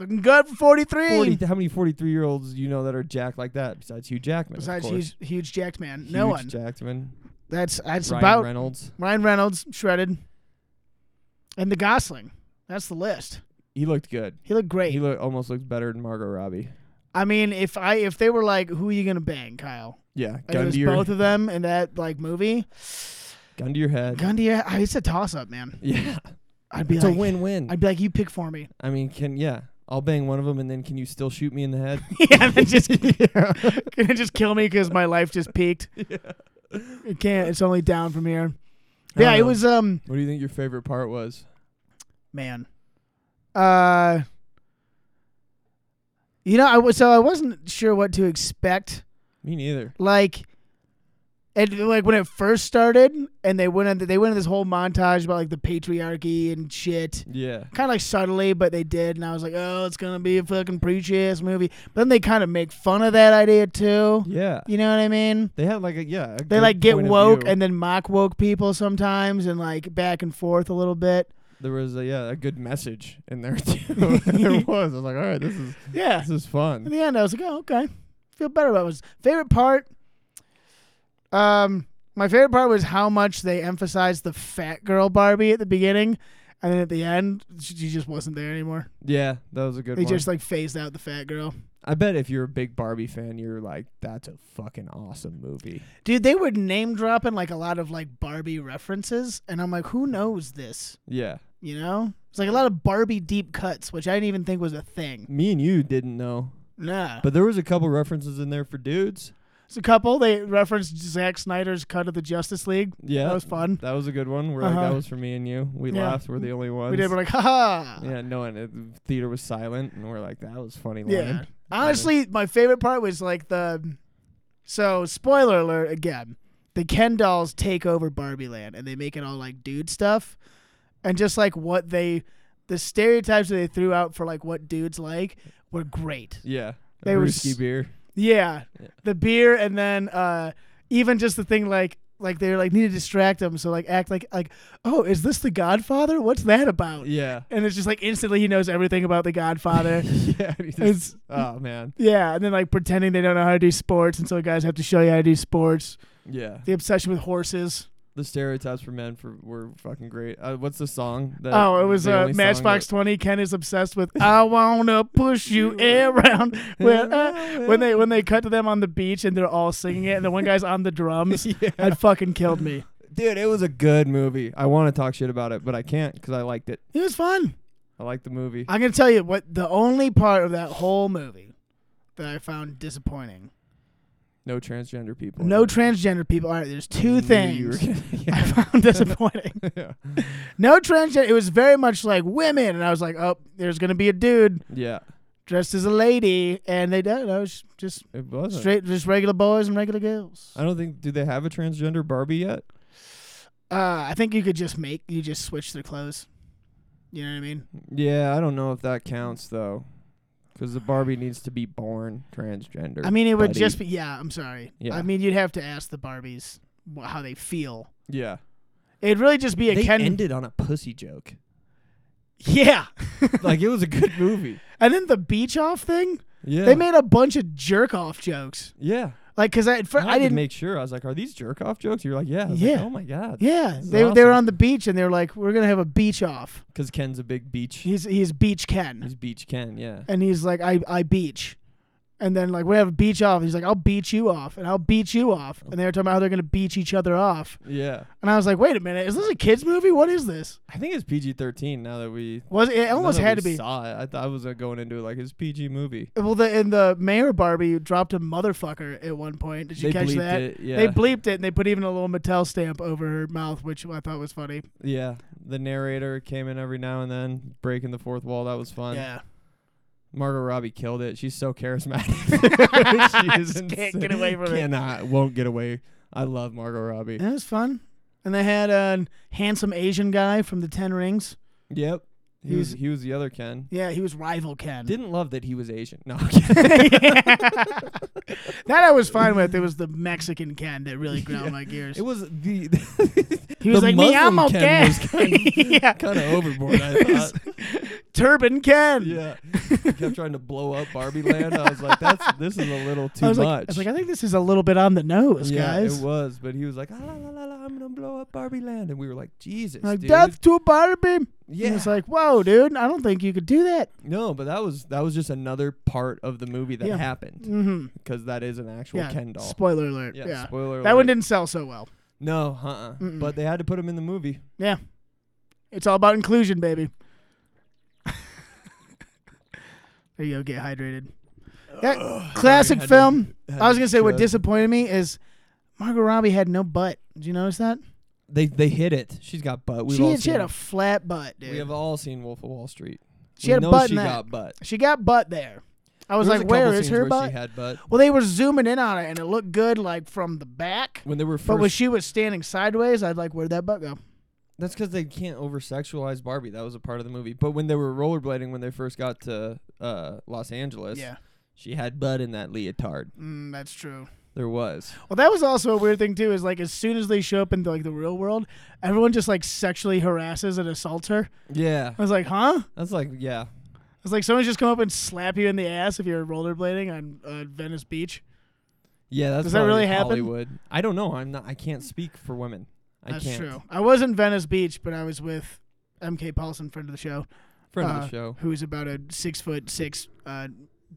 [SPEAKER 3] Looking good for 43.
[SPEAKER 2] forty. How many forty three year olds do you know that are jacked like that? Besides Hugh Jackman. of
[SPEAKER 3] Besides,
[SPEAKER 2] course.
[SPEAKER 3] huge, huge jacked man. no
[SPEAKER 2] Hugh
[SPEAKER 3] one.
[SPEAKER 2] Jackman.
[SPEAKER 3] that's that's
[SPEAKER 2] Ryan
[SPEAKER 3] about
[SPEAKER 2] Reynolds.
[SPEAKER 3] Ryan Reynolds shredded, and the Gosling. That's the list.
[SPEAKER 2] He looked good.
[SPEAKER 3] He looked great.
[SPEAKER 2] He look, almost looked better than Margot Robbie.
[SPEAKER 3] I mean, if I if they were like, who are you gonna bang, Kyle?
[SPEAKER 2] Yeah,
[SPEAKER 3] Like, it
[SPEAKER 2] gun
[SPEAKER 3] was
[SPEAKER 2] to your
[SPEAKER 3] both of them in that like movie.
[SPEAKER 2] gun to your head.
[SPEAKER 3] Gun to your, it's a toss up, man.
[SPEAKER 2] yeah,
[SPEAKER 3] I'd be
[SPEAKER 2] it's
[SPEAKER 3] like,
[SPEAKER 2] a win win.
[SPEAKER 3] I'd be like, you pick for me.
[SPEAKER 2] I mean, can yeah, I'll bang one of them, and then can you still shoot me in the head?
[SPEAKER 3] yeah, then just can it just kill me because my life just peaked. It can't. It's only down from here.
[SPEAKER 2] I
[SPEAKER 3] Yeah,
[SPEAKER 2] don't
[SPEAKER 3] it
[SPEAKER 2] know.
[SPEAKER 3] was um
[SPEAKER 2] What do you think your favorite part was?
[SPEAKER 3] man. Uh, you know, I was so I wasn't sure what to expect.
[SPEAKER 2] Me neither.
[SPEAKER 3] Like, and like when it first started, and they went into they went into this whole montage about like the patriarchy and shit.
[SPEAKER 2] Yeah,
[SPEAKER 3] kind of like subtly, but they did, and I was like, "Oh, it's gonna be a fucking preachy ass movie." But then they kind of make fun of that idea too.
[SPEAKER 2] yeah.
[SPEAKER 3] You know what I mean?
[SPEAKER 2] They had like a yeah. a
[SPEAKER 3] They
[SPEAKER 2] good
[SPEAKER 3] like get
[SPEAKER 2] point of
[SPEAKER 3] woke
[SPEAKER 2] view.
[SPEAKER 3] and then mock woke people sometimes, and like back and forth a little bit.
[SPEAKER 2] there was a, yeah a good message in there too. there was. I was like, all right, this is
[SPEAKER 3] Yeah.
[SPEAKER 2] this is
[SPEAKER 3] In
[SPEAKER 2] fun.
[SPEAKER 3] the end, I was like, "Oh, okay." Feel better about it. Favorite part? Um, my favorite part was how much they emphasized the fat girl Barbie at the beginning, and then at the end, she she just wasn't there anymore.
[SPEAKER 2] Yeah, that was a good
[SPEAKER 3] They
[SPEAKER 2] one.
[SPEAKER 3] just like phased out the fat girl.
[SPEAKER 2] I bet if you're a big Barbie fan, you're like, that's a fucking awesome movie.
[SPEAKER 3] Dude, they were name dropping like a lot of like Barbie references, and I'm like, who knows this?
[SPEAKER 2] Yeah,
[SPEAKER 3] You know, it's like a lot of Barbie deep cuts, which I didn't even think was a thing.
[SPEAKER 2] me and you didn't know,
[SPEAKER 3] Nah, but
[SPEAKER 2] but there was a couple references in there for dudes.
[SPEAKER 3] it's a couple. They referenced Zack Snyder's cut of the Justice League.
[SPEAKER 2] Yeah,
[SPEAKER 3] That was fun.
[SPEAKER 2] That was a good one. We're like,
[SPEAKER 3] Uh-huh.
[SPEAKER 2] that was for me and you. We
[SPEAKER 3] Yeah.
[SPEAKER 2] laughed. We're the only ones.
[SPEAKER 3] We did. We're like, ha ha.
[SPEAKER 2] yeah, no one. The theater was silent, and we're like, that was funny.
[SPEAKER 3] Yeah.
[SPEAKER 2] Line.
[SPEAKER 3] Honestly, my favorite part was like the. So spoiler alert again, the Ken dolls take over Barbie Land and they make it all like dude stuff, and just like what they, the stereotypes that they threw out for like what dudes like were great.
[SPEAKER 2] Yeah.
[SPEAKER 3] They
[SPEAKER 2] They
[SPEAKER 3] were
[SPEAKER 2] Risky
[SPEAKER 3] s-
[SPEAKER 2] beer.
[SPEAKER 3] Yeah,
[SPEAKER 2] Yeah.
[SPEAKER 3] the beer and then uh even just the thing like like they're like need to distract them so like act like like oh is this the Godfather? What's that about?
[SPEAKER 2] Yeah.
[SPEAKER 3] And it's just like instantly he knows everything about the Godfather.
[SPEAKER 2] yeah. and you just-
[SPEAKER 3] it's
[SPEAKER 2] oh man.
[SPEAKER 3] Yeah, and then like pretending they don't know how to do sports, and so guys have to show you how to do sports.
[SPEAKER 2] Yeah.
[SPEAKER 3] The obsession with horses.
[SPEAKER 2] The stereotypes for men for, were fucking great. Uh, what's the song? That
[SPEAKER 3] oh, it was
[SPEAKER 2] the
[SPEAKER 3] uh,
[SPEAKER 2] only song
[SPEAKER 3] Matchbox
[SPEAKER 2] that-
[SPEAKER 3] Twenty. Ken is obsessed with "I wanna push you around." When, uh, when they when they cut to them on the beach and they're all singing it, and the one guy's on the drums.
[SPEAKER 2] yeah.
[SPEAKER 3] That fucking killed me.
[SPEAKER 2] Dude, it was a good movie. I want to talk shit about it, but I can't because I liked it.
[SPEAKER 3] It was fun.
[SPEAKER 2] I liked the movie.
[SPEAKER 3] I'm gonna tell you what the only part of that whole movie that I found disappointing.
[SPEAKER 2] No transgender people. in
[SPEAKER 3] No
[SPEAKER 2] it.
[SPEAKER 3] transgender people. All right, there's
[SPEAKER 2] I
[SPEAKER 3] two
[SPEAKER 2] knew you were
[SPEAKER 3] things
[SPEAKER 2] gonna-
[SPEAKER 3] I
[SPEAKER 2] yeah.
[SPEAKER 3] found disappointing.
[SPEAKER 2] yeah.
[SPEAKER 3] No transgender. It was very much like women, and I was like, oh, there's gonna be a dude.
[SPEAKER 2] Yeah.
[SPEAKER 3] dressed as a lady, and they don't know. It's just
[SPEAKER 2] It wasn't.
[SPEAKER 3] straight, just regular boys and regular girls.
[SPEAKER 2] I don't think. Do they have a transgender Barbie yet?
[SPEAKER 3] Uh, I think you could just make you just switch their clothes. You know what I mean?
[SPEAKER 2] Yeah, I don't know if that counts though, because the Barbie needs to be born transgender.
[SPEAKER 3] I mean, it would
[SPEAKER 2] buddy.
[SPEAKER 3] just be yeah. I'm sorry.
[SPEAKER 2] Yeah.
[SPEAKER 3] I mean, you'd have to ask the Barbies wh- how they feel.
[SPEAKER 2] yeah.
[SPEAKER 3] It'd really just be a
[SPEAKER 2] they
[SPEAKER 3] Ken.
[SPEAKER 2] ended on a pussy joke.
[SPEAKER 3] yeah.
[SPEAKER 2] like it was a good movie.
[SPEAKER 3] And then the beach off thing.
[SPEAKER 2] Yeah.
[SPEAKER 3] They made a bunch of jerk off jokes.
[SPEAKER 2] Yeah.
[SPEAKER 3] Like, cause I at fir-
[SPEAKER 2] I,
[SPEAKER 3] I,
[SPEAKER 2] had to
[SPEAKER 3] didn't.
[SPEAKER 2] make sure. I was like, "Are these jerk off jokes?" You're like, "Yeah." I was
[SPEAKER 3] Yeah.
[SPEAKER 2] Like, oh my god.
[SPEAKER 3] yeah.
[SPEAKER 2] is
[SPEAKER 3] They they were
[SPEAKER 2] awesome.
[SPEAKER 3] on the beach and they were like, we're gonna have a beach off.
[SPEAKER 2] Because Ken's a big beach.
[SPEAKER 3] He's he's beach Ken.
[SPEAKER 2] He's beach Ken. Yeah.
[SPEAKER 3] and he's like, I, I beach. And then like we have a beach off. He's like, I'll beat you off, and I'll beat you off. And they were talking about how they're gonna beach each other off.
[SPEAKER 2] Yeah.
[SPEAKER 3] And I was like, wait a minute, is this a kids movie? What is this?
[SPEAKER 2] I think it's PG-13 now that we.
[SPEAKER 3] Was it, it
[SPEAKER 2] now
[SPEAKER 3] almost
[SPEAKER 2] that
[SPEAKER 3] had
[SPEAKER 2] we
[SPEAKER 3] to be?
[SPEAKER 2] Saw it. I thought I was uh, going into it like it's PG movie.
[SPEAKER 3] Well, the and the mayor Barbie dropped a motherfucker at one point. Did you
[SPEAKER 2] they
[SPEAKER 3] catch
[SPEAKER 2] bleeped
[SPEAKER 3] that?
[SPEAKER 2] it. Yeah.
[SPEAKER 3] They bleeped it, and they put even a little Mattel stamp over her mouth, which I thought was funny.
[SPEAKER 2] yeah. The narrator came in every now and then, breaking the fourth wall. That was fun.
[SPEAKER 3] yeah,
[SPEAKER 2] Margot Robbie killed it. She's so charismatic. she is
[SPEAKER 3] Just can't
[SPEAKER 2] insane.
[SPEAKER 3] get away from it.
[SPEAKER 2] Cannot. Won't get away. I love Margot Robbie.
[SPEAKER 3] And it was fun. And they had a handsome Asian guy from the Ten Rings.
[SPEAKER 2] Yep. He
[SPEAKER 3] He
[SPEAKER 2] was
[SPEAKER 3] was- Mm-hmm.
[SPEAKER 2] he was the other Ken.
[SPEAKER 3] Yeah, he was rival Ken.
[SPEAKER 2] Didn't love that he was Asian. No.
[SPEAKER 3] that I was fine with. It was the Mexican Ken that really ground
[SPEAKER 2] Yeah.
[SPEAKER 3] my gears.
[SPEAKER 2] It was the
[SPEAKER 3] he was
[SPEAKER 2] the
[SPEAKER 3] like, "Me,
[SPEAKER 2] Muslim
[SPEAKER 3] I'm okay." yeah,
[SPEAKER 2] kind of overboard. I
[SPEAKER 3] It was-
[SPEAKER 2] thought.
[SPEAKER 3] Turban Ken.
[SPEAKER 2] Yeah, kept trying to blow up Barbie Land. I was like, "That's this is a little too
[SPEAKER 3] I was
[SPEAKER 2] much."
[SPEAKER 3] like, I was like, I think this is a little bit on the nose,
[SPEAKER 2] yeah,
[SPEAKER 3] guys.
[SPEAKER 2] it was, but he was like, ah, la, la, la, la, "I'm gonna blow up Barbie Land," and we were like, "Jesus,
[SPEAKER 3] like
[SPEAKER 2] dude."
[SPEAKER 3] death to Barbie.
[SPEAKER 2] yeah,
[SPEAKER 3] And it's like, whoa, dude, I don't think you could do that.
[SPEAKER 2] no, but that was that was just another part of the movie that
[SPEAKER 3] Yeah.
[SPEAKER 2] happened
[SPEAKER 3] Mm-hmm.
[SPEAKER 2] because that is an actual
[SPEAKER 3] Yeah.
[SPEAKER 2] Ken doll.
[SPEAKER 3] Spoiler alert.
[SPEAKER 2] yeah,
[SPEAKER 3] Yeah.
[SPEAKER 2] spoiler.
[SPEAKER 3] That one
[SPEAKER 2] alert.
[SPEAKER 3] didn't sell so well.
[SPEAKER 2] No, uh, uh
[SPEAKER 3] Mm-mm.
[SPEAKER 2] but they had to put him in the movie.
[SPEAKER 3] It's all about inclusion, baby. there you go. Get hydrated. That classic
[SPEAKER 2] Had to-
[SPEAKER 3] film.
[SPEAKER 2] had
[SPEAKER 3] I was
[SPEAKER 2] to
[SPEAKER 3] gonna say what
[SPEAKER 2] chug.
[SPEAKER 3] disappointed me is Margot Robbie had no butt. Did you notice that?
[SPEAKER 2] They they hit it. She's got butt. We've
[SPEAKER 3] she
[SPEAKER 2] all
[SPEAKER 3] had, she
[SPEAKER 2] seen
[SPEAKER 3] had a flat butt, dude.
[SPEAKER 2] We have all seen Wolf of Wall Street.
[SPEAKER 3] she
[SPEAKER 2] We
[SPEAKER 3] had a
[SPEAKER 2] know
[SPEAKER 3] butt
[SPEAKER 2] she
[SPEAKER 3] in that.
[SPEAKER 2] got butt.
[SPEAKER 3] She got butt there. I was like, where is her butt?
[SPEAKER 2] She had butt.
[SPEAKER 3] well, they were zooming in on it, and it looked good, like from the back.
[SPEAKER 2] When they were first,
[SPEAKER 3] But when she was standing sideways, I'd like, where'd that butt go?
[SPEAKER 2] that's because they can't over sexualize Barbie. That was a part of the movie. But when they were rollerblading, when they first got to uh, Los Angeles,
[SPEAKER 3] Yeah,
[SPEAKER 2] she had butt in that leotard.
[SPEAKER 3] mm, that's true.
[SPEAKER 2] There was.
[SPEAKER 3] Well, that was also a weird thing too. Is like as soon as they show up in like the real world, everyone just like sexually harasses and assaults her.
[SPEAKER 2] Yeah,
[SPEAKER 3] I was like, huh?
[SPEAKER 2] that's like yeah.
[SPEAKER 3] It's like someone's just come up and slap you in the ass if you're rollerblading on uh, Venice Beach.
[SPEAKER 2] Yeah, that's
[SPEAKER 3] Does that
[SPEAKER 2] probably
[SPEAKER 3] really happen?
[SPEAKER 2] Hollywood. I don't know. I'm not. I can't speak for women. I
[SPEAKER 3] That's
[SPEAKER 2] can't.
[SPEAKER 3] true. I was in Venice Beach, but I was with MK Paulson, friend of the show,
[SPEAKER 2] Friend of
[SPEAKER 3] Uh,
[SPEAKER 2] the show.
[SPEAKER 3] who is about a six foot six uh,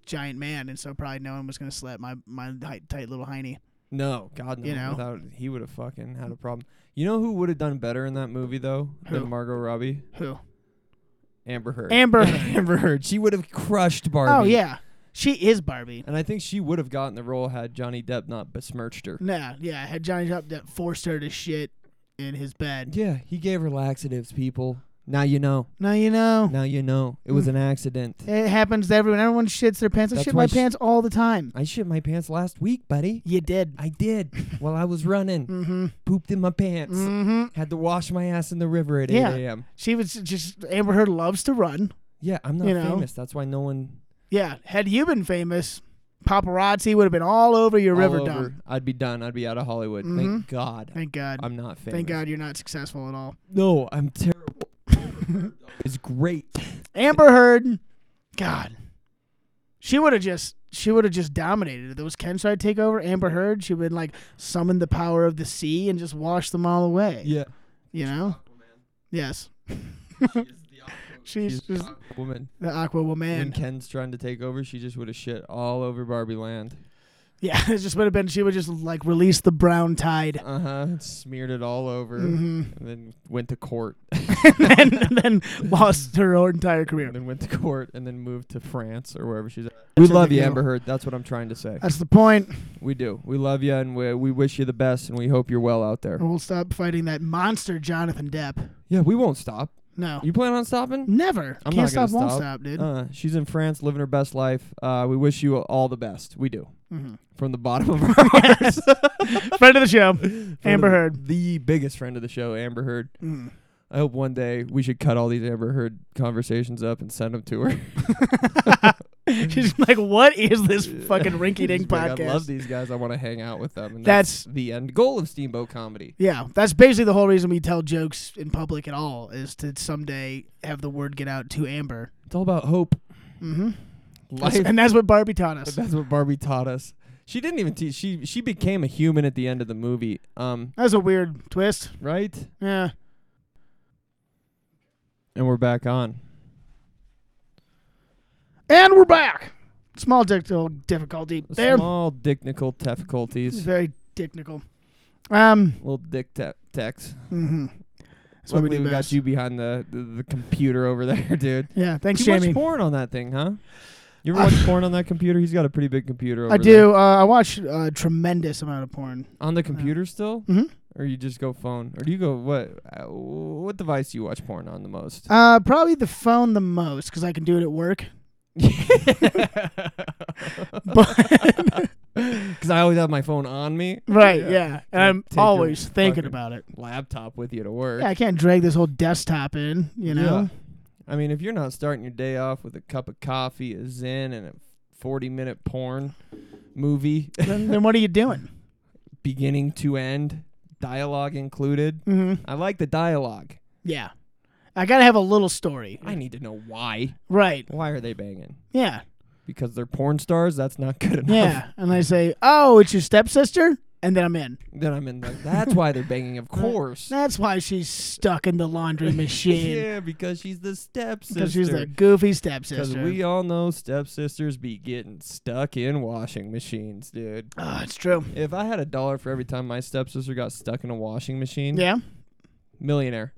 [SPEAKER 3] giant man, and so probably no one was gonna slap my my hi- tight little hiney.
[SPEAKER 2] No, God no.
[SPEAKER 3] You know?
[SPEAKER 2] Without he would have fucking had a problem. You know who would have done better in that movie though
[SPEAKER 3] Who?
[SPEAKER 2] than Margot Robbie?
[SPEAKER 3] Who?
[SPEAKER 2] Amber Heard.
[SPEAKER 3] Amber Heard.
[SPEAKER 2] Amber Heard. She would have crushed Barbie.
[SPEAKER 3] Oh yeah, she is Barbie.
[SPEAKER 2] And I think she would have gotten the role had Johnny Depp not besmirched her.
[SPEAKER 3] Nah, yeah. Had Johnny Depp that forced her to shit in his bed.
[SPEAKER 2] Yeah, he gave her laxatives, people. Now you know.
[SPEAKER 3] Now you know.
[SPEAKER 2] Now you know. It
[SPEAKER 3] Mm.
[SPEAKER 2] was an accident.
[SPEAKER 3] It happens to everyone. Everyone shits their pants. I
[SPEAKER 2] That's
[SPEAKER 3] shit
[SPEAKER 2] why
[SPEAKER 3] my
[SPEAKER 2] sh-
[SPEAKER 3] pants all the time.
[SPEAKER 2] I shit my pants last week, buddy.
[SPEAKER 3] You did.
[SPEAKER 2] I did. While I was running,
[SPEAKER 3] Mm-hmm.
[SPEAKER 2] pooped in my pants.
[SPEAKER 3] Mm-hmm.
[SPEAKER 2] Had to wash my ass in the river at
[SPEAKER 3] Yeah.
[SPEAKER 2] 8 a.m.
[SPEAKER 3] She was just Amber Heard loves to run.
[SPEAKER 2] Yeah, I'm not
[SPEAKER 3] You know?
[SPEAKER 2] famous. That's why no one
[SPEAKER 3] Yeah, had you been famous, paparazzi would have been all over your
[SPEAKER 2] all
[SPEAKER 3] river
[SPEAKER 2] over-
[SPEAKER 3] dump.
[SPEAKER 2] I'd be done. I'd be out of Hollywood. Thank God.
[SPEAKER 3] Thank God.
[SPEAKER 2] I'm not famous.
[SPEAKER 3] Thank God you're not successful at all.
[SPEAKER 2] No, I'm terrible. it's great.
[SPEAKER 3] Amber Heard, God, she would have just she would have just dominated. If there was Ken tried to take over Amber Heard, she would like summon the power of the sea and just wash them all away.
[SPEAKER 2] Yeah.
[SPEAKER 3] You know? Yes. She's just
[SPEAKER 2] Woman.
[SPEAKER 3] the Aqua
[SPEAKER 2] when
[SPEAKER 3] Woman.
[SPEAKER 2] Ken's trying to take over, she just would have shit all over Barbie Land.
[SPEAKER 3] Yeah, it just would have been. She would just like release the brown tide,
[SPEAKER 2] Uh huh. Smeared it all over,
[SPEAKER 3] Mhm.
[SPEAKER 2] and then went to court,
[SPEAKER 3] and, and then lost her whole entire career.
[SPEAKER 2] and then went to court, and then moved to France or wherever she's at. We
[SPEAKER 3] That's
[SPEAKER 2] love
[SPEAKER 3] a
[SPEAKER 2] you,
[SPEAKER 3] big
[SPEAKER 2] Amber
[SPEAKER 3] deal.
[SPEAKER 2] Heard. That's what I'm trying to say.
[SPEAKER 3] That's the point.
[SPEAKER 2] We do. We love you, and we we wish you the
[SPEAKER 3] Oh.
[SPEAKER 2] best, and we hope you're well out there.
[SPEAKER 3] We'll stop fighting that monster, Jonathan Depp.
[SPEAKER 2] Yeah, we won't stop.
[SPEAKER 3] No.
[SPEAKER 2] You plan on stopping?
[SPEAKER 3] Never.
[SPEAKER 2] I'm not
[SPEAKER 3] Can't
[SPEAKER 2] gonna
[SPEAKER 3] stop, won't
[SPEAKER 2] stop.
[SPEAKER 3] stop, dude.
[SPEAKER 2] Uh, she's in France living her best life. Uh, we wish you all the best. We do.
[SPEAKER 3] Mhm.
[SPEAKER 2] From the bottom of our hearts.
[SPEAKER 3] Friend of the show,
[SPEAKER 2] From
[SPEAKER 3] Amber
[SPEAKER 2] the-
[SPEAKER 3] Heard.
[SPEAKER 2] The biggest friend of the show, Amber Heard.
[SPEAKER 3] Mm.
[SPEAKER 2] I hope one day we should cut all these Amber Heard conversations up and send them to her.
[SPEAKER 3] She's like, what is this fucking rinky
[SPEAKER 2] Just be
[SPEAKER 3] dink
[SPEAKER 2] Mm. like,
[SPEAKER 3] podcast?
[SPEAKER 2] I love these guys. I want to hang out with them. And
[SPEAKER 3] That's-
[SPEAKER 2] that's, the end goal of Steamboat Comedy.
[SPEAKER 3] Yeah, that's basically the whole reason we tell jokes in public at all is to someday have the word get out to Amber.
[SPEAKER 2] It's all about hope.
[SPEAKER 3] Mm-hmm.
[SPEAKER 2] Life.
[SPEAKER 3] and that's what Barbie taught
[SPEAKER 2] But
[SPEAKER 3] us.
[SPEAKER 2] that's what Barbie taught us. She didn't even teach. She she became a human at the end of the movie. Um,
[SPEAKER 3] That was a weird twist.
[SPEAKER 2] right?
[SPEAKER 3] Yeah.
[SPEAKER 2] And we're back on.
[SPEAKER 3] And we're back. Small technical difficulty there.
[SPEAKER 2] Small technical difficulties.
[SPEAKER 3] Very technical. Um.
[SPEAKER 2] Little dick te- text.
[SPEAKER 3] mhm. That's what we
[SPEAKER 2] Luckily
[SPEAKER 3] do
[SPEAKER 2] we,
[SPEAKER 3] best.
[SPEAKER 2] got you behind the, the, the computer over there, dude.
[SPEAKER 3] Yeah. Thanks,
[SPEAKER 2] Too
[SPEAKER 3] Jamie.
[SPEAKER 2] much porn on that thing, huh? You ever watch porn on that computer? He's got a pretty big computer. Over
[SPEAKER 3] I
[SPEAKER 2] there.
[SPEAKER 3] do. Uh, I watch a tremendous amount of porn.
[SPEAKER 2] On the computer still,
[SPEAKER 3] Mhm.
[SPEAKER 2] or you just go phone, or do you go what? Uh, what device do you watch porn on the most?
[SPEAKER 3] Uh, probably the phone the most because I can do it at work. But
[SPEAKER 2] Because I always have my phone on me.
[SPEAKER 3] right, yeah, and
[SPEAKER 2] Yeah,
[SPEAKER 3] I'm
[SPEAKER 2] take your
[SPEAKER 3] always thinking
[SPEAKER 2] fucking-
[SPEAKER 3] about it.
[SPEAKER 2] Laptop with you to work.
[SPEAKER 3] Yeah, I can't drag this whole desktop in, you know?
[SPEAKER 2] I mean, if you're not starting your day off with a cup of coffee, a zen, and a 40 minute porn movie,
[SPEAKER 3] then, then what are you doing?
[SPEAKER 2] beginning to end, dialogue included.
[SPEAKER 3] Mm-hmm.
[SPEAKER 2] I like the dialogue.
[SPEAKER 3] Yeah. I got to have a little story.
[SPEAKER 2] I need to know why.
[SPEAKER 3] Right.
[SPEAKER 2] Why are they banging?
[SPEAKER 3] Yeah.
[SPEAKER 2] Because they're porn stars? That's not good enough.
[SPEAKER 3] Yeah. and I say, oh, it's your stepsister? And then I'm in.
[SPEAKER 2] Then I'm in like, that's why they're banging, of course.
[SPEAKER 3] That's why she's stuck in the laundry machine.
[SPEAKER 2] Yeah, because she's the stepsister.
[SPEAKER 3] Because she's the goofy
[SPEAKER 2] Because
[SPEAKER 3] stepsister.
[SPEAKER 2] we all know stepsisters be getting stuck in washing machines, dude.
[SPEAKER 3] oh, it's true.
[SPEAKER 2] If I had a dollar for every time my stepsister got stuck in a washing machine,
[SPEAKER 3] Yeah.
[SPEAKER 2] millionaire.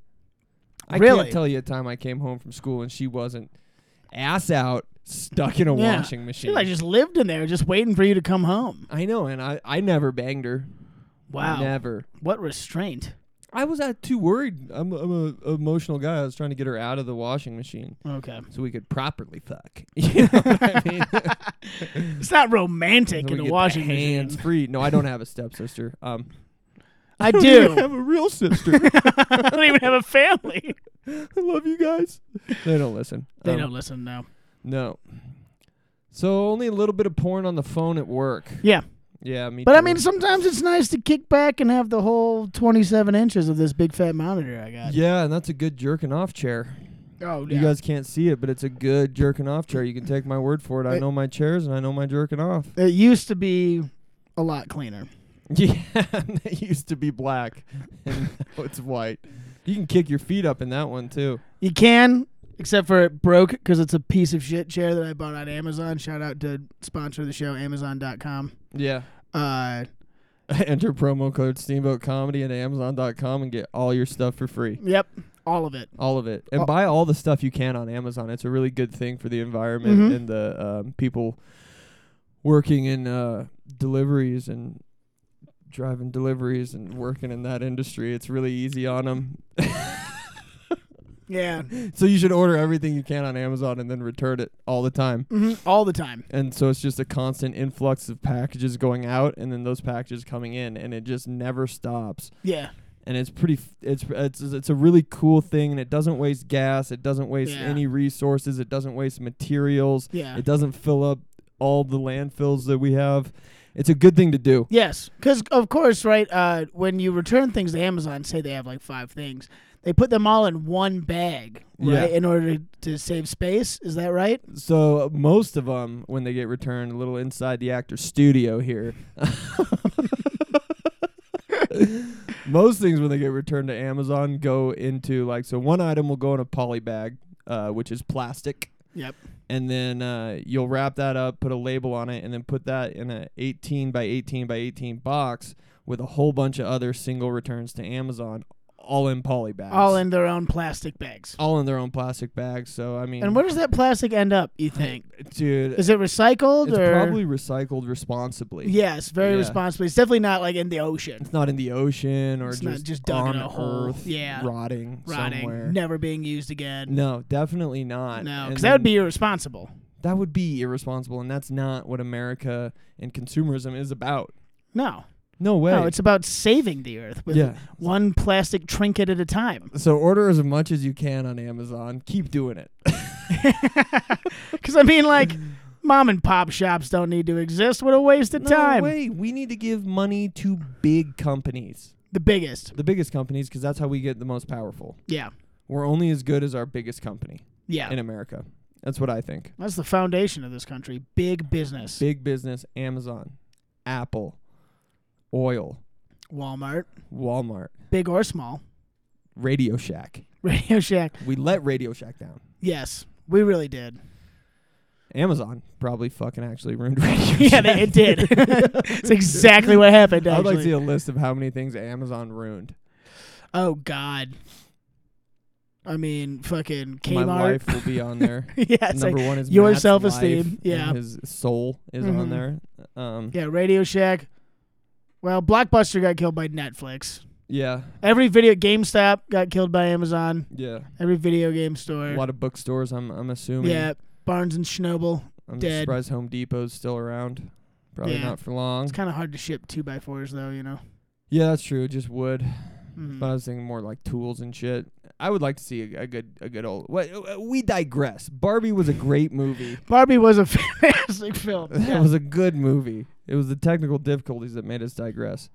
[SPEAKER 2] I
[SPEAKER 3] Really?
[SPEAKER 2] can't tell you a time I came home from school and she wasn't ass out stuck in a
[SPEAKER 3] Yeah.
[SPEAKER 2] washing
[SPEAKER 3] She
[SPEAKER 2] machine.
[SPEAKER 3] like just lived in there, just waiting for you to come home.
[SPEAKER 2] I know, and I, I never banged her.
[SPEAKER 3] Wow.
[SPEAKER 2] Never.
[SPEAKER 3] What restraint.
[SPEAKER 2] I was uh, too worried. I'm, I'm a emotional guy. I was trying to get her out of the washing machine
[SPEAKER 3] Okay.
[SPEAKER 2] so we could properly fuck. You know what I mean?
[SPEAKER 3] It's not romantic
[SPEAKER 2] So
[SPEAKER 3] in
[SPEAKER 2] we
[SPEAKER 3] a
[SPEAKER 2] get
[SPEAKER 3] washing
[SPEAKER 2] hands
[SPEAKER 3] machine.
[SPEAKER 2] free. No, I don't have a stepsister. Um,
[SPEAKER 3] I
[SPEAKER 2] don't
[SPEAKER 3] do.
[SPEAKER 2] even have a real sister.
[SPEAKER 3] I don't even have a family.
[SPEAKER 2] I love you guys. They don't listen.
[SPEAKER 3] They
[SPEAKER 2] Um,
[SPEAKER 3] don't listen now.
[SPEAKER 2] No. So only a little bit of porn on the phone at work.
[SPEAKER 3] Yeah.
[SPEAKER 2] Yeah, me.
[SPEAKER 3] But
[SPEAKER 2] too.
[SPEAKER 3] I mean, sometimes it's nice to kick back and have the whole 27 inches of this big fat monitor I got.
[SPEAKER 2] yeah, and that's a good jerking off chair.
[SPEAKER 3] Oh,
[SPEAKER 2] You guys can't see it, but it's a good jerking off chair. You can take my word for it. I
[SPEAKER 3] It-
[SPEAKER 2] know my chairs and I know my jerking off.
[SPEAKER 3] it used to be a lot cleaner.
[SPEAKER 2] Yeah, it used to be black, and now it's white. You can kick your feet up in that one too.
[SPEAKER 3] You can, except for it broke because it's a piece of shit chair that I bought on Amazon. Shout out to sponsor of the show, Amazon.com.
[SPEAKER 2] Yeah.
[SPEAKER 3] Uh,
[SPEAKER 2] Enter promo code Steamboat Comedy at Amazon.com and get all your stuff for free.
[SPEAKER 3] yep, all of it.
[SPEAKER 2] All of it. And
[SPEAKER 3] Oh.
[SPEAKER 2] buy all the stuff you can on Amazon. It's a really good thing for the environment
[SPEAKER 3] Mhm.
[SPEAKER 2] and the um, people working in uh, deliveries and driving deliveries and working in that industry. It's really easy on them.
[SPEAKER 3] Yeah,
[SPEAKER 2] So you should order everything you can on Amazon and then return it all the time.
[SPEAKER 3] hmm all the time.
[SPEAKER 2] And so it's just a constant influx of packages going out and then those packages coming in and it just never stops.
[SPEAKER 3] Yeah,
[SPEAKER 2] and it's pretty f- it's it's it's a really cool thing and it doesn't waste gas it doesn't waste
[SPEAKER 3] Yeah.
[SPEAKER 2] any resources it doesn't waste materials
[SPEAKER 3] yeah.
[SPEAKER 2] it doesn't fill up all the landfills that we have it's a good thing to do
[SPEAKER 3] Yes, because of course, right? Uh, when you return things to Amazon, say they have like five things, they put them all in one bag, right?
[SPEAKER 2] Yeah.
[SPEAKER 3] In order to save space. Is that right?
[SPEAKER 2] so most of them when they get returned a little inside the actor studio here most things when they get returned to amazon go into like so one item will go in a poly bag uh, which is plastic
[SPEAKER 3] Yep.
[SPEAKER 2] and then uh, you'll wrap that up, put a label on it, and then put that in a 18 by 18 by 18 box with a whole bunch of other single returns to Amazon, all in poly bags.
[SPEAKER 3] all in their own plastic bags.
[SPEAKER 2] all in their own plastic bags. So I mean,
[SPEAKER 3] And where does that plastic end up? You think
[SPEAKER 2] dude,
[SPEAKER 3] is it recycled
[SPEAKER 2] it's
[SPEAKER 3] or
[SPEAKER 2] probably recycled responsibly.
[SPEAKER 3] yes, very
[SPEAKER 2] Yeah.
[SPEAKER 3] responsibly. It's definitely not like in the ocean,
[SPEAKER 2] It's not in the ocean or
[SPEAKER 3] It's not
[SPEAKER 2] just,
[SPEAKER 3] just dug
[SPEAKER 2] on
[SPEAKER 3] in a hole.
[SPEAKER 2] Earth,
[SPEAKER 3] Yeah.
[SPEAKER 2] rotting,
[SPEAKER 3] rotting,
[SPEAKER 2] somewhere.
[SPEAKER 3] never being used again.
[SPEAKER 2] No, definitely not.
[SPEAKER 3] No,
[SPEAKER 2] And
[SPEAKER 3] because that would
[SPEAKER 2] then-
[SPEAKER 3] be irresponsible.
[SPEAKER 2] that would be irresponsible, and that's not what America and consumerism is about.
[SPEAKER 3] No,
[SPEAKER 2] No way.
[SPEAKER 3] no, it's about saving the earth with
[SPEAKER 2] yeah.
[SPEAKER 3] one plastic trinket at a time.
[SPEAKER 2] So order as much as you can on Amazon. Keep doing it.
[SPEAKER 3] Because I mean, like, mom and pop shops don't need to exist. What a waste of
[SPEAKER 2] No
[SPEAKER 3] time.
[SPEAKER 2] way. We need to give money to big companies,
[SPEAKER 3] The biggest.
[SPEAKER 2] the biggest companies, because that's how we get the most powerful.
[SPEAKER 3] Yeah.
[SPEAKER 2] We're only as good as our biggest company
[SPEAKER 3] Yeah.
[SPEAKER 2] in America. That's what I think.
[SPEAKER 3] That's the foundation of this country. Big business.
[SPEAKER 2] Big business, Amazon, Apple, oil,
[SPEAKER 3] Walmart,
[SPEAKER 2] Walmart,
[SPEAKER 3] big or small.
[SPEAKER 2] Radio Shack.
[SPEAKER 3] Radio Shack.
[SPEAKER 2] We let Radio Shack down.
[SPEAKER 3] Yes, we really did.
[SPEAKER 2] Amazon probably fucking actually ruined Radio
[SPEAKER 3] yeah,
[SPEAKER 2] Shack.
[SPEAKER 3] they, it did. it's exactly what happened.
[SPEAKER 2] I'd like
[SPEAKER 3] Actually.
[SPEAKER 2] to see a list of how many things Amazon ruined.
[SPEAKER 3] oh God. I mean, fucking Kmart.
[SPEAKER 2] My life will be on there.
[SPEAKER 3] yeah, it's
[SPEAKER 2] Number
[SPEAKER 3] like,
[SPEAKER 2] one is
[SPEAKER 3] your
[SPEAKER 2] Matt's
[SPEAKER 3] self-esteem,
[SPEAKER 2] life
[SPEAKER 3] yeah.
[SPEAKER 2] and his soul is on
[SPEAKER 3] Mhm.
[SPEAKER 2] there. Um, yeah.
[SPEAKER 3] yeah, Radio Shack. Well, Blockbuster got killed by Netflix. Every video GameStop got killed by Amazon.
[SPEAKER 2] yeah,
[SPEAKER 3] Every video game
[SPEAKER 2] A
[SPEAKER 3] store.
[SPEAKER 2] lot of bookstores. I'm I'm assuming.
[SPEAKER 3] yeah, Barnes and Schnoble.
[SPEAKER 2] I'm
[SPEAKER 3] dead.
[SPEAKER 2] surprised Home Depot's still around. Probably
[SPEAKER 3] Yeah.
[SPEAKER 2] not for long.
[SPEAKER 3] It's kind of hard to ship two by fours though, you know.
[SPEAKER 2] Yeah, that's true. Just wood.
[SPEAKER 3] Mhm.
[SPEAKER 2] But I was thinking more like tools and shit. I would like to see a, a good a good old. What uh, we digress. Barbie was a great movie.
[SPEAKER 3] Barbie was a fantastic film.
[SPEAKER 2] It
[SPEAKER 3] Yeah.
[SPEAKER 2] was a good movie. It was the technical difficulties that made us digress.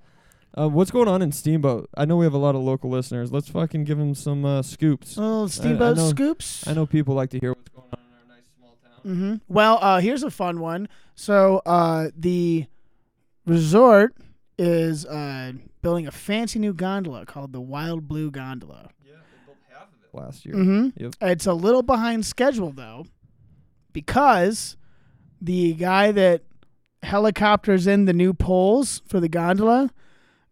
[SPEAKER 2] Uh, what's going on in Steamboat? I know we have a lot of local listeners. Let's fucking give them some uh, scoops.
[SPEAKER 3] Oh, Steamboat
[SPEAKER 2] know-
[SPEAKER 3] Scoops.
[SPEAKER 2] I know people like to hear what's going on in our nice small town.
[SPEAKER 3] hmm Well, uh, here's a fun one. So uh, the resort is uh, building a fancy new gondola called the Wild Blue Gondola.
[SPEAKER 2] Last year,
[SPEAKER 3] hmm
[SPEAKER 2] Yep.
[SPEAKER 3] It's a little behind schedule though, because the guy that helicopters in the new poles for the gondola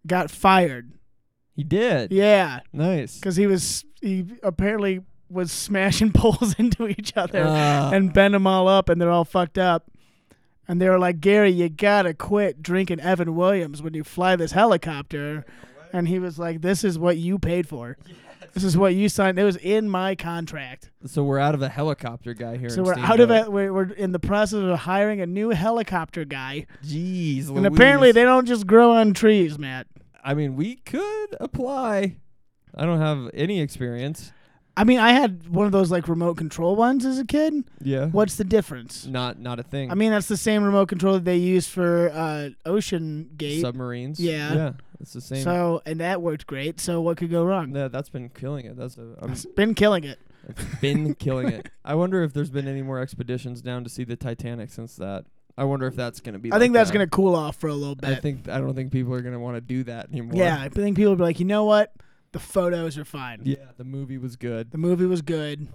[SPEAKER 3] got fired.
[SPEAKER 2] he did.
[SPEAKER 3] Yeah,
[SPEAKER 2] Nice.
[SPEAKER 3] because he was he apparently was smashing poles into each other
[SPEAKER 2] Uh,
[SPEAKER 3] and bend them all up, and they're all fucked up. And they were like, Gary, you gotta quit drinking Evan Williams when you fly this helicopter. And he was like, This is what you paid for. This is what you signed. It was in my contract.
[SPEAKER 2] so we're out of a helicopter guy here.
[SPEAKER 3] So
[SPEAKER 2] in
[SPEAKER 3] we're out of
[SPEAKER 2] Steamboat.
[SPEAKER 3] it. We're, we're in the process of hiring a new helicopter guy.
[SPEAKER 2] Jeez.
[SPEAKER 3] And apparently,
[SPEAKER 2] Louise.
[SPEAKER 3] they don't just grow on trees, Matt.
[SPEAKER 2] I mean, we could apply. I don't have any experience.
[SPEAKER 3] I mean, I had one of those like remote control ones as a kid.
[SPEAKER 2] Yeah.
[SPEAKER 3] What's the difference?
[SPEAKER 2] Not not a thing.
[SPEAKER 3] I mean, that's the same remote control that they use for uh, Ocean Gate.
[SPEAKER 2] submarines.
[SPEAKER 3] Yeah.
[SPEAKER 2] Yeah. It's the same.
[SPEAKER 3] So and that worked great. So what could go wrong?
[SPEAKER 2] that, that's been killing it. That's a, I'm,
[SPEAKER 3] It's been killing it.
[SPEAKER 2] it's been killing it. I wonder if there's been any more expeditions down to see the Titanic since that. I wonder if that's gonna be.
[SPEAKER 3] I think
[SPEAKER 2] like
[SPEAKER 3] that's
[SPEAKER 2] that.
[SPEAKER 3] gonna cool off for a little
[SPEAKER 2] I
[SPEAKER 3] bit.
[SPEAKER 2] think I don't think people are gonna want to do that anymore.
[SPEAKER 3] Yeah, I think people will be like, you know what? The photos are fine.
[SPEAKER 2] Yeah. The movie was good.
[SPEAKER 3] The movie was good.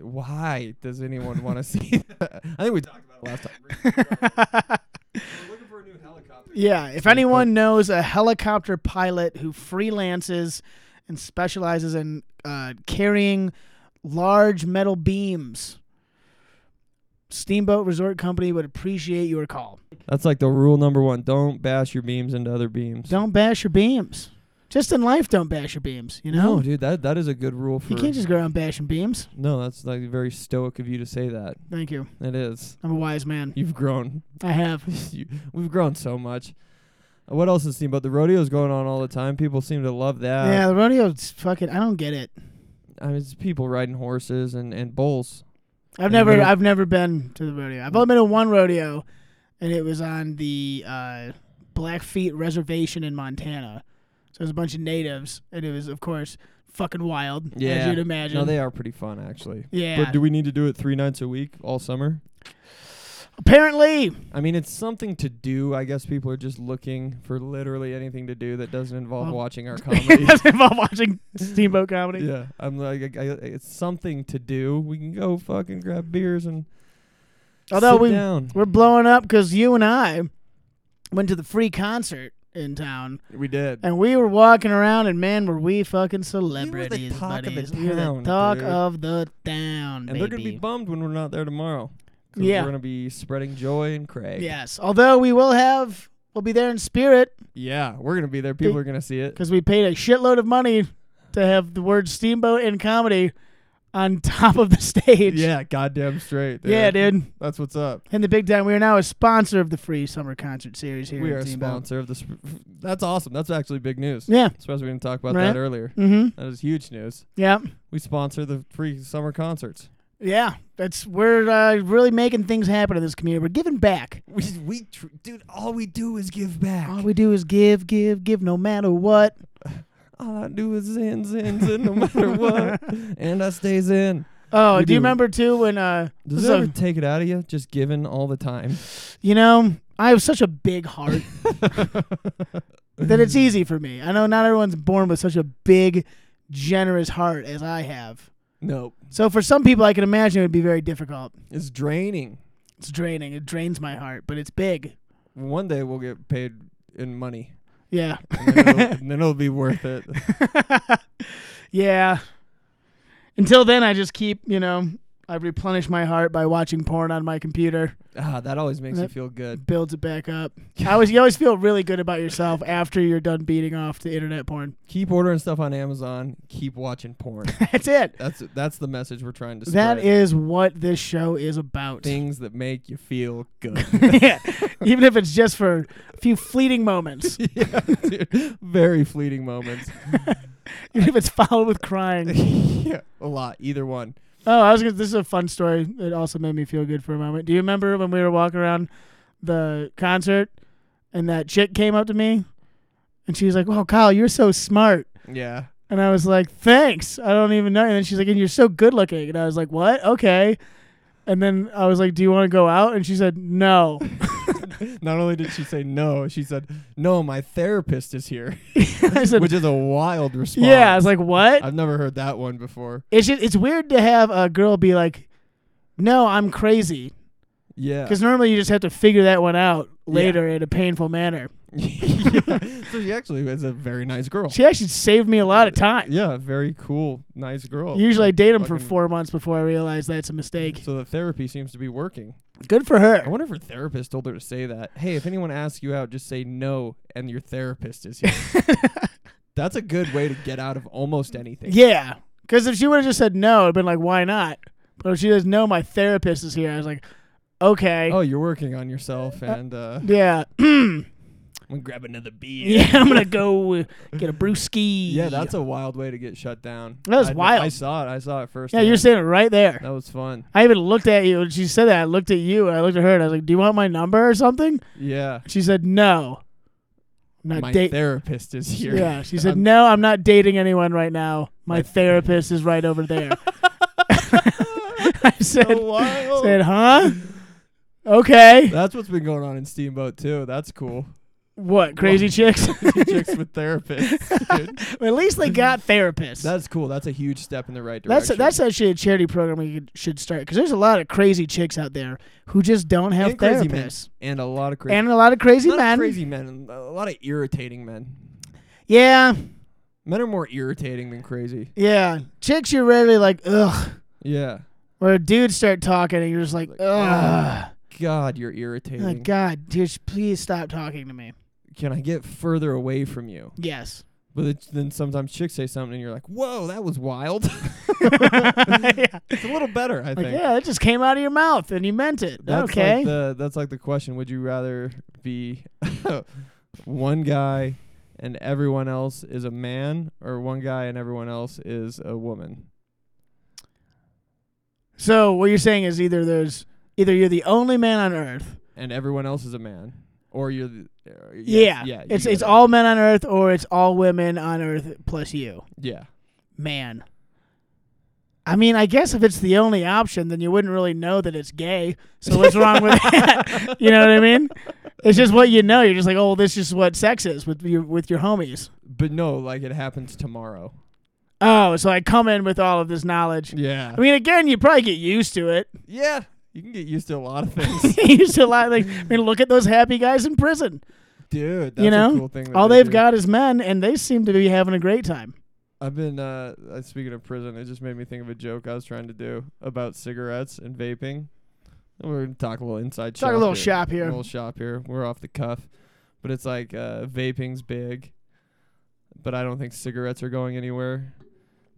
[SPEAKER 2] Why does anyone want to see? That? I think we talked about it last time. We're looking for a new helicopter.
[SPEAKER 3] yeah. If anyone knows a helicopter pilot who freelances and specializes in uh, carrying large metal beams, Steamboat Resort Company would appreciate your call.
[SPEAKER 2] That's like the rule number one. Don't bash your beams into other beams.
[SPEAKER 3] Don't bash your beams. Just in life, don't bash your beams. You know,
[SPEAKER 2] No, dude, that that is a good rule for.
[SPEAKER 3] you can't just go around bashing beams.
[SPEAKER 2] no, that's like very stoic of you to say that.
[SPEAKER 3] Thank you.
[SPEAKER 2] It is.
[SPEAKER 3] I'm a wise man.
[SPEAKER 2] You've grown.
[SPEAKER 3] I have.
[SPEAKER 2] you, we've grown so much. Uh, What else is seen? But the rodeo's going on all the time. People seem to love that.
[SPEAKER 3] yeah, the rodeo's fucking. I don't get it.
[SPEAKER 2] I mean, it's people riding horses and and bulls.
[SPEAKER 3] I've
[SPEAKER 2] Have you been
[SPEAKER 3] never.
[SPEAKER 2] to-
[SPEAKER 3] I've never been to the rodeo. I've only been to one rodeo, and it was on the uh, Blackfeet Reservation in Montana. So it was a bunch of natives, and it was, of course, fucking wild, as
[SPEAKER 2] Yeah.
[SPEAKER 3] you'd imagine.
[SPEAKER 2] No, they are pretty fun actually.
[SPEAKER 3] yeah.
[SPEAKER 2] But do we need to do it three nights a week all summer?
[SPEAKER 3] Apparently,
[SPEAKER 2] I mean, it's something to do. I guess people are just looking for literally anything to do that doesn't involve
[SPEAKER 3] Well-
[SPEAKER 2] watching our
[SPEAKER 3] it
[SPEAKER 2] comedy.
[SPEAKER 3] doesn't involve watching steamboat comedy.
[SPEAKER 2] Yeah, I'm like, I, I, it's something to do. We can go fucking grab beers and
[SPEAKER 3] Although
[SPEAKER 2] sit
[SPEAKER 3] we
[SPEAKER 2] down.
[SPEAKER 3] we're blowing up because you and I went to the free concert in town,
[SPEAKER 2] We did.
[SPEAKER 3] and we were walking around, and man, were we fucking
[SPEAKER 2] were
[SPEAKER 3] celebrities,
[SPEAKER 2] the talk of the
[SPEAKER 3] buddies. we were the
[SPEAKER 2] town,
[SPEAKER 3] talk
[SPEAKER 2] dude.
[SPEAKER 3] of the town,
[SPEAKER 2] And they're gonna be
[SPEAKER 3] baby.
[SPEAKER 2] bummed when we're not there tomorrow. 'cause
[SPEAKER 3] Yeah.
[SPEAKER 2] We're gonna be spreading joy and Craig.
[SPEAKER 3] yes, although we will have, we'll be there in spirit
[SPEAKER 2] Yeah. We're gonna be there. People are gonna see it.
[SPEAKER 3] because we paid a shitload of money to have the word steamboat and comedy on top of the stage.
[SPEAKER 2] Yeah. Goddamn straight.
[SPEAKER 3] Yeah, dude.
[SPEAKER 2] That's what's up.
[SPEAKER 3] And the big time, we are now a sponsor of the free summer concert series here.
[SPEAKER 2] we
[SPEAKER 3] in
[SPEAKER 2] are a
[SPEAKER 3] Steamboat.
[SPEAKER 2] sponsor of this. That's awesome. That's actually big news.
[SPEAKER 3] Yeah.
[SPEAKER 2] Especially we didn't talk about
[SPEAKER 3] Right.
[SPEAKER 2] that earlier.
[SPEAKER 3] Mm-hmm.
[SPEAKER 2] That is huge news.
[SPEAKER 3] Yeah.
[SPEAKER 2] We sponsor the free summer concerts.
[SPEAKER 3] Yeah. That's we're uh, really making things happen in this community. We're giving back.
[SPEAKER 2] We, we tr- dude, all we do is give back.
[SPEAKER 3] All we do is give, give, give, no matter what.
[SPEAKER 2] All I do is zin, zin, zin, no matter what. And I stays in.
[SPEAKER 3] Oh,
[SPEAKER 2] We
[SPEAKER 3] do you
[SPEAKER 2] do.
[SPEAKER 3] remember too when uh,
[SPEAKER 2] Does
[SPEAKER 3] this is
[SPEAKER 2] it ever
[SPEAKER 3] a,
[SPEAKER 2] take it out of you? Just giving all the time.
[SPEAKER 3] you know I have such a big heart that it's easy for me. I know not everyone's born with such a big, generous heart as I have.
[SPEAKER 2] Nope.
[SPEAKER 3] So for some people, I can imagine it would be very difficult.
[SPEAKER 2] It's draining.
[SPEAKER 3] It's draining. It drains my heart, but it's big.
[SPEAKER 2] One day we'll get paid in money.
[SPEAKER 3] Yeah.
[SPEAKER 2] And then, it'll, and then it'll be worth it.
[SPEAKER 3] yeah. Until then, I just keep, you know, I replenish my heart by watching porn on my computer.
[SPEAKER 2] Ah, that always makes you
[SPEAKER 3] That-
[SPEAKER 2] feel good.
[SPEAKER 3] It builds it back up. I always, you always feel really good about yourself after you're done beating off to internet porn.
[SPEAKER 2] Keep ordering stuff on Amazon. Keep watching porn.
[SPEAKER 3] That's it.
[SPEAKER 2] that's that's the message we're trying to spread.
[SPEAKER 3] That is what this show is about.
[SPEAKER 2] things that make you feel good.
[SPEAKER 3] yeah. Even if it's just for a few fleeting moments.
[SPEAKER 2] yeah, dude. Very fleeting moments.
[SPEAKER 3] Even if it's followed with crying.
[SPEAKER 2] yeah, a lot. Either one.
[SPEAKER 3] Oh, I was gonna. This is a fun story. It also made me feel good for a moment. Do you remember when we were walking around the concert and that chick came up to me and she's like, "Wow, Kyle, you're so smart."
[SPEAKER 2] Yeah.
[SPEAKER 3] And I was like, "Thanks, I don't even know." And then she's like, "And you're so good looking." And I was like, "What? Okay." And then I was like, "Do you want to go out?" And she said, "No."
[SPEAKER 2] Not only did she say no, she said, "No, my therapist is here,"
[SPEAKER 3] I said,
[SPEAKER 2] which is a wild response.
[SPEAKER 3] "Yeah." I was like, "What?"
[SPEAKER 2] I've never heard that one before.
[SPEAKER 3] It's just, it's weird to have a girl be like, "No, I'm crazy,"
[SPEAKER 2] Yeah.
[SPEAKER 3] because normally you just have to figure that one out later in a painful manner.
[SPEAKER 2] Yeah. So she actually is a very nice girl.
[SPEAKER 3] She actually saved me a lot of time.
[SPEAKER 2] yeah, very cool, nice girl.
[SPEAKER 3] Usually I date him for
[SPEAKER 2] Fucking-
[SPEAKER 3] four months before I realize that's a mistake.
[SPEAKER 2] So the therapy seems to be working.
[SPEAKER 3] Good for
[SPEAKER 2] I
[SPEAKER 3] her.
[SPEAKER 2] wonder if her therapist told her to say that. Hey, if anyone asks you out, just say no, and your therapist is here. That's a good way to get out of almost anything.
[SPEAKER 3] Yeah. Because if she would have just said no, I'd been like, why not? But if she says no, my therapist is here. I was like, okay.
[SPEAKER 2] Oh, you're working on yourself, and uh, I'm
[SPEAKER 3] Yeah.
[SPEAKER 2] gonna grab another beer.
[SPEAKER 3] yeah, I'm going to go uh, get a brewski.
[SPEAKER 2] Yeah, that's a wild way to get shut down.
[SPEAKER 3] That was
[SPEAKER 2] I, I
[SPEAKER 3] wild.
[SPEAKER 2] saw it. I saw it first.
[SPEAKER 3] Yeah, you're saying it right there.
[SPEAKER 2] that was fun.
[SPEAKER 3] I even looked at you. and she said that. I looked at you. And I looked at her and I was like, do you want my number or something?
[SPEAKER 2] Yeah,
[SPEAKER 3] She said, no. I'm not
[SPEAKER 2] my
[SPEAKER 3] date-
[SPEAKER 2] therapist is here.
[SPEAKER 3] Uh, Yeah, she said,
[SPEAKER 2] I'm-
[SPEAKER 3] "No, I'm not dating anyone right now. My therapist is right over there." I said,
[SPEAKER 2] So wild.
[SPEAKER 3] "said Huh? Okay.
[SPEAKER 2] That's what's been going on in Steamboat too. That's cool.
[SPEAKER 3] What crazy chicks?
[SPEAKER 2] Chicks with therapists. Dude.
[SPEAKER 3] Well, At least they got therapists.
[SPEAKER 2] That's cool. That's a huge step in the right
[SPEAKER 3] that's
[SPEAKER 2] direction.
[SPEAKER 3] that's actually a charity program we could- should start because there's a lot of crazy chicks out there who just don't have
[SPEAKER 2] and crazy men
[SPEAKER 3] therapists,
[SPEAKER 2] and a lot of crazy
[SPEAKER 3] and a lot of crazy
[SPEAKER 2] not
[SPEAKER 3] men.
[SPEAKER 2] crazy men, a lot of irritating men.
[SPEAKER 3] Yeah,
[SPEAKER 2] Men are more irritating than crazy.
[SPEAKER 3] yeah. Chicks, you're rarely like ugh.
[SPEAKER 2] Yeah.
[SPEAKER 3] Where dudes start talking and you're just like,
[SPEAKER 2] Like,
[SPEAKER 3] ugh.
[SPEAKER 2] God, you're
[SPEAKER 3] Oh,
[SPEAKER 2] irritating.
[SPEAKER 3] God, just please stop talking to me.
[SPEAKER 2] Can I get further away from you?
[SPEAKER 3] Yes.
[SPEAKER 2] But it's, then sometimes chicks say something and you're like, "Whoa, that was wild."
[SPEAKER 3] yeah.
[SPEAKER 2] it's a little better, I
[SPEAKER 3] Like,
[SPEAKER 2] think.
[SPEAKER 3] yeah, it just came out of your mouth and you meant it.
[SPEAKER 2] That's
[SPEAKER 3] okay.
[SPEAKER 2] Like the, that's like the question: Would you rather be one guy and everyone else is a man, or one guy and everyone else is a woman?
[SPEAKER 3] so what you're saying is either there's either you're the only man on earth.
[SPEAKER 2] And everyone else is a man, or you're the, uh,
[SPEAKER 3] yeah.
[SPEAKER 2] yes, yeah. you
[SPEAKER 3] It's
[SPEAKER 2] get
[SPEAKER 3] it's
[SPEAKER 2] it.
[SPEAKER 3] all men on earth or it's all women on earth plus you.
[SPEAKER 2] yeah.
[SPEAKER 3] Man. I mean, I guess if it's the only option, then you wouldn't really know that it's gay. So what's wrong with that? you know what I mean? It's just what you know. You're just like, oh, this is what sex is with your with your homies.
[SPEAKER 2] But no, like it happens tomorrow.
[SPEAKER 3] Oh, so I come in with all of this knowledge.
[SPEAKER 2] Yeah,
[SPEAKER 3] I mean, again, you probably get used to it.
[SPEAKER 2] yeah. You can get used to a lot of things.
[SPEAKER 3] he used to lie like I mean, look at those happy guys in prison.
[SPEAKER 2] dude. That's
[SPEAKER 3] You
[SPEAKER 2] a
[SPEAKER 3] know,
[SPEAKER 2] cool thing that
[SPEAKER 3] All
[SPEAKER 2] they
[SPEAKER 3] they've
[SPEAKER 2] do.
[SPEAKER 3] got is men, and they seem to be having a great time.
[SPEAKER 2] I've been uh, uh, speaking of prison. It just made me think of a joke I was trying to do about cigarettes and vaping. And We're gonna talk a little inside. shop
[SPEAKER 3] Talk a little
[SPEAKER 2] here.
[SPEAKER 3] shop
[SPEAKER 2] A
[SPEAKER 3] here.
[SPEAKER 2] little shop here. We're off the cuff, but it's like uh, vaping's big, but I don't think cigarettes are going anywhere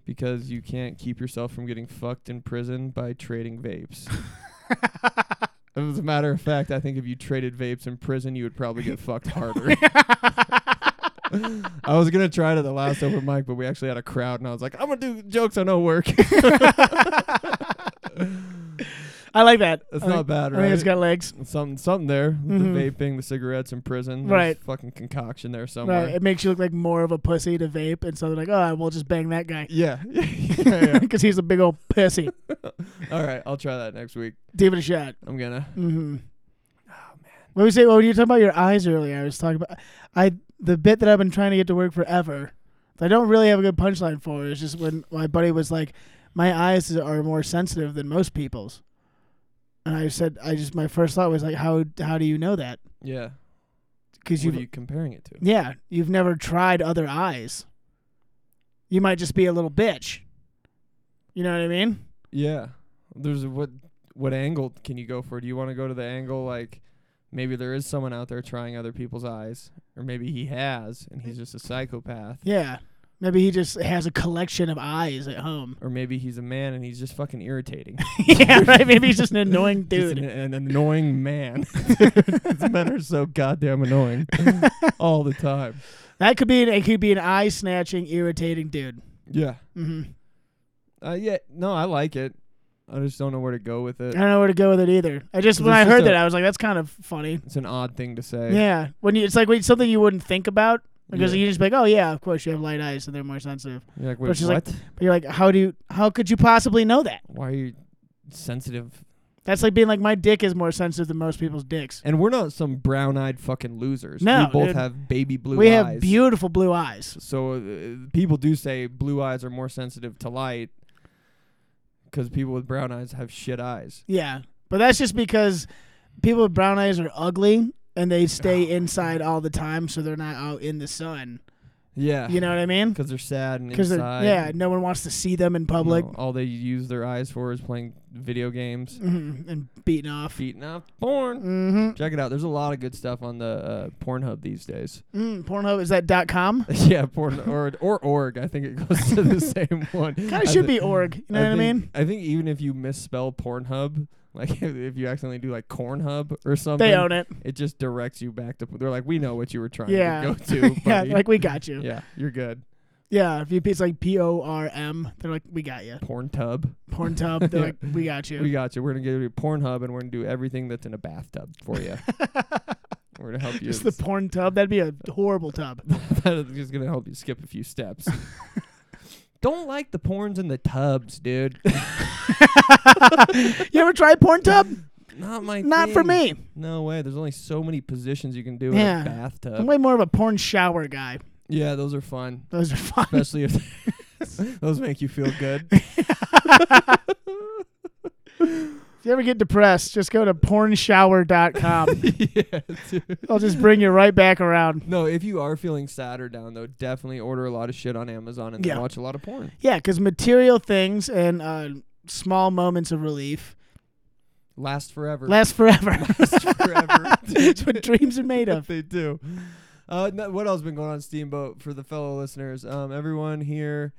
[SPEAKER 2] because you can't keep yourself from getting fucked in prison by trading vapes. As a matter of fact, I think if you traded vapes in prison, you would probably get fucked harder. I was gonna try it at the last open mic, but we actually had a crowd, and I was like, "I'm gonna do jokes on no work."
[SPEAKER 3] I like that.
[SPEAKER 2] That's
[SPEAKER 3] I
[SPEAKER 2] not
[SPEAKER 3] think-
[SPEAKER 2] bad,
[SPEAKER 3] I think
[SPEAKER 2] right?
[SPEAKER 3] it's got legs.
[SPEAKER 2] something, something there.
[SPEAKER 3] Mhm.
[SPEAKER 2] The vaping, the cigarettes in prison, There's
[SPEAKER 3] Right.
[SPEAKER 2] Fucking concoction there somewhere.
[SPEAKER 3] Right. It makes you look like more of a pussy to vape, and so they're like, "Oh, we'll just bang that guy
[SPEAKER 2] Yeah. yeah,
[SPEAKER 3] because he's a big old pussy."
[SPEAKER 2] yeah. All right, I'll try that next week.
[SPEAKER 3] Give it a shot.
[SPEAKER 2] I'm gonna.
[SPEAKER 3] Mm-hmm.
[SPEAKER 2] Oh,
[SPEAKER 3] What we say? Well, you were talking about your eyes earlier. I was talking about I the bit that I've been trying to get to work forever. That I don't really have a good punchline for. Is just when my buddy was like, "My eyes are more sensitive than most people's," and I said, "I just my first thought was like, how how do you know that?
[SPEAKER 2] Yeah.
[SPEAKER 3] Because
[SPEAKER 2] What
[SPEAKER 3] you
[SPEAKER 2] are you comparing it to?
[SPEAKER 3] Yeah, you've never tried other eyes. You might just be a little bitch. You know what I mean?
[SPEAKER 2] Yeah. There's a, what what angle can you go for? Do you want to go to the angle like maybe there is someone out there trying other people's eyes, or maybe he has and he's just a psychopath,
[SPEAKER 3] Yeah. Maybe he just has a collection of eyes at home.
[SPEAKER 2] or maybe he's a man and he's just fucking irritating,
[SPEAKER 3] yeah, right. Maybe he's just an annoying
[SPEAKER 2] Just
[SPEAKER 3] dude.
[SPEAKER 2] an, an annoying man. These men are so goddamn annoying all the time.
[SPEAKER 3] that could be an, it could be an eye snatching, irritating dude.
[SPEAKER 2] Yeah.
[SPEAKER 3] hmm
[SPEAKER 2] Uh, yeah. No, I like it. I just don't know where to go with
[SPEAKER 3] I
[SPEAKER 2] it.
[SPEAKER 3] don't know where to go with it either. I just when
[SPEAKER 2] There's
[SPEAKER 3] I
[SPEAKER 2] just
[SPEAKER 3] heard
[SPEAKER 2] a-
[SPEAKER 3] that I was like, that's kind of funny.
[SPEAKER 2] It's an odd thing to say.
[SPEAKER 3] Yeah, when you it's like wait, something you wouldn't think about because
[SPEAKER 2] Yeah.
[SPEAKER 3] you just be like, oh yeah, of course you have light eyes, so they're more sensitive.
[SPEAKER 2] You're like,
[SPEAKER 3] But
[SPEAKER 2] wait,
[SPEAKER 3] she's
[SPEAKER 2] what?
[SPEAKER 3] like- But you're like, how do you, how could you possibly know that?
[SPEAKER 2] Why are you sensitive?
[SPEAKER 3] That's like being like my dick is more sensitive than most people's dicks.
[SPEAKER 2] And we're not some brown-eyed fucking losers.
[SPEAKER 3] No,
[SPEAKER 2] we both
[SPEAKER 3] dude.
[SPEAKER 2] have baby blue
[SPEAKER 3] we
[SPEAKER 2] eyes.
[SPEAKER 3] have beautiful blue eyes.
[SPEAKER 2] so uh, people do say blue eyes are more sensitive to light because people with brown eyes have shit eyes.
[SPEAKER 3] Yeah, but that's just because people with brown eyes are ugly and they
[SPEAKER 2] Oh
[SPEAKER 3] stay inside all the time, so they're not out in the sun.
[SPEAKER 2] Yeah.
[SPEAKER 3] You know what I mean?
[SPEAKER 2] Because they're sad and
[SPEAKER 3] Because
[SPEAKER 2] Uh, inside.
[SPEAKER 3] yeah, no one wants to see them in
[SPEAKER 2] You know,
[SPEAKER 3] public
[SPEAKER 2] all they use their eyes for is playing video games,
[SPEAKER 3] Mhm, and beaten off.
[SPEAKER 2] beating up porn.
[SPEAKER 3] Mm-hmm.
[SPEAKER 2] Check it out. There's a lot of good stuff on the uh, Pornhub these days.
[SPEAKER 3] Mm, Pornhub is that dot com?
[SPEAKER 2] yeah, porn or or org. I think it goes to the same one.
[SPEAKER 3] Kind of should be org. You know what I
[SPEAKER 2] think-
[SPEAKER 3] mean?
[SPEAKER 2] I think even if you misspell Pornhub, like if you accidentally do like Cornhub or something,
[SPEAKER 3] They own it.
[SPEAKER 2] it just directs you back to. They're like, we know what you were trying
[SPEAKER 3] Yeah.
[SPEAKER 2] to go to.
[SPEAKER 3] yeah,
[SPEAKER 2] buddy."
[SPEAKER 3] like we got you. Yeah,
[SPEAKER 2] yeah, you're good.
[SPEAKER 3] if you it's like P O R M, they're like we got you.
[SPEAKER 2] Porntub,
[SPEAKER 3] Pornhub, they're
[SPEAKER 2] Yeah.
[SPEAKER 3] like we got you.
[SPEAKER 2] we got you. We're gonna give you Pornhub, and we're gonna do everything that's in a bathtub for you. we're gonna help you.
[SPEAKER 3] Just the porn tub. That'd be a horrible tub.
[SPEAKER 2] That's just gonna help you skip a few steps. Don't like the porns in the tubs, dude.
[SPEAKER 3] you ever tried porn tub?
[SPEAKER 2] Not my.
[SPEAKER 3] Not for
[SPEAKER 2] thing.
[SPEAKER 3] me.
[SPEAKER 2] No way. There's only so many positions you can do
[SPEAKER 3] Yeah.
[SPEAKER 2] in a
[SPEAKER 3] I'm
[SPEAKER 2] bathtub.
[SPEAKER 3] way more of a porn shower guy.
[SPEAKER 2] Yeah, those are fun,
[SPEAKER 3] Those are fun.
[SPEAKER 2] especially if those make you feel good.
[SPEAKER 3] if you ever get depressed, just go to pornshower.com.
[SPEAKER 2] yeah, dude.
[SPEAKER 3] I'll just bring you right back around.
[SPEAKER 2] No, if you are feeling sad or down though, definitely order a lot of shit on Amazon and then
[SPEAKER 3] Yeah.
[SPEAKER 2] watch a lot of porn.
[SPEAKER 3] Yeah, because material things and uh, small moments of relief
[SPEAKER 2] Last forever.
[SPEAKER 3] last forever.
[SPEAKER 2] Last forever.
[SPEAKER 3] That's what dreams are made of.
[SPEAKER 2] they do. Uh, no, what else been going on Steamboat for the fellow listeners? Um, everyone here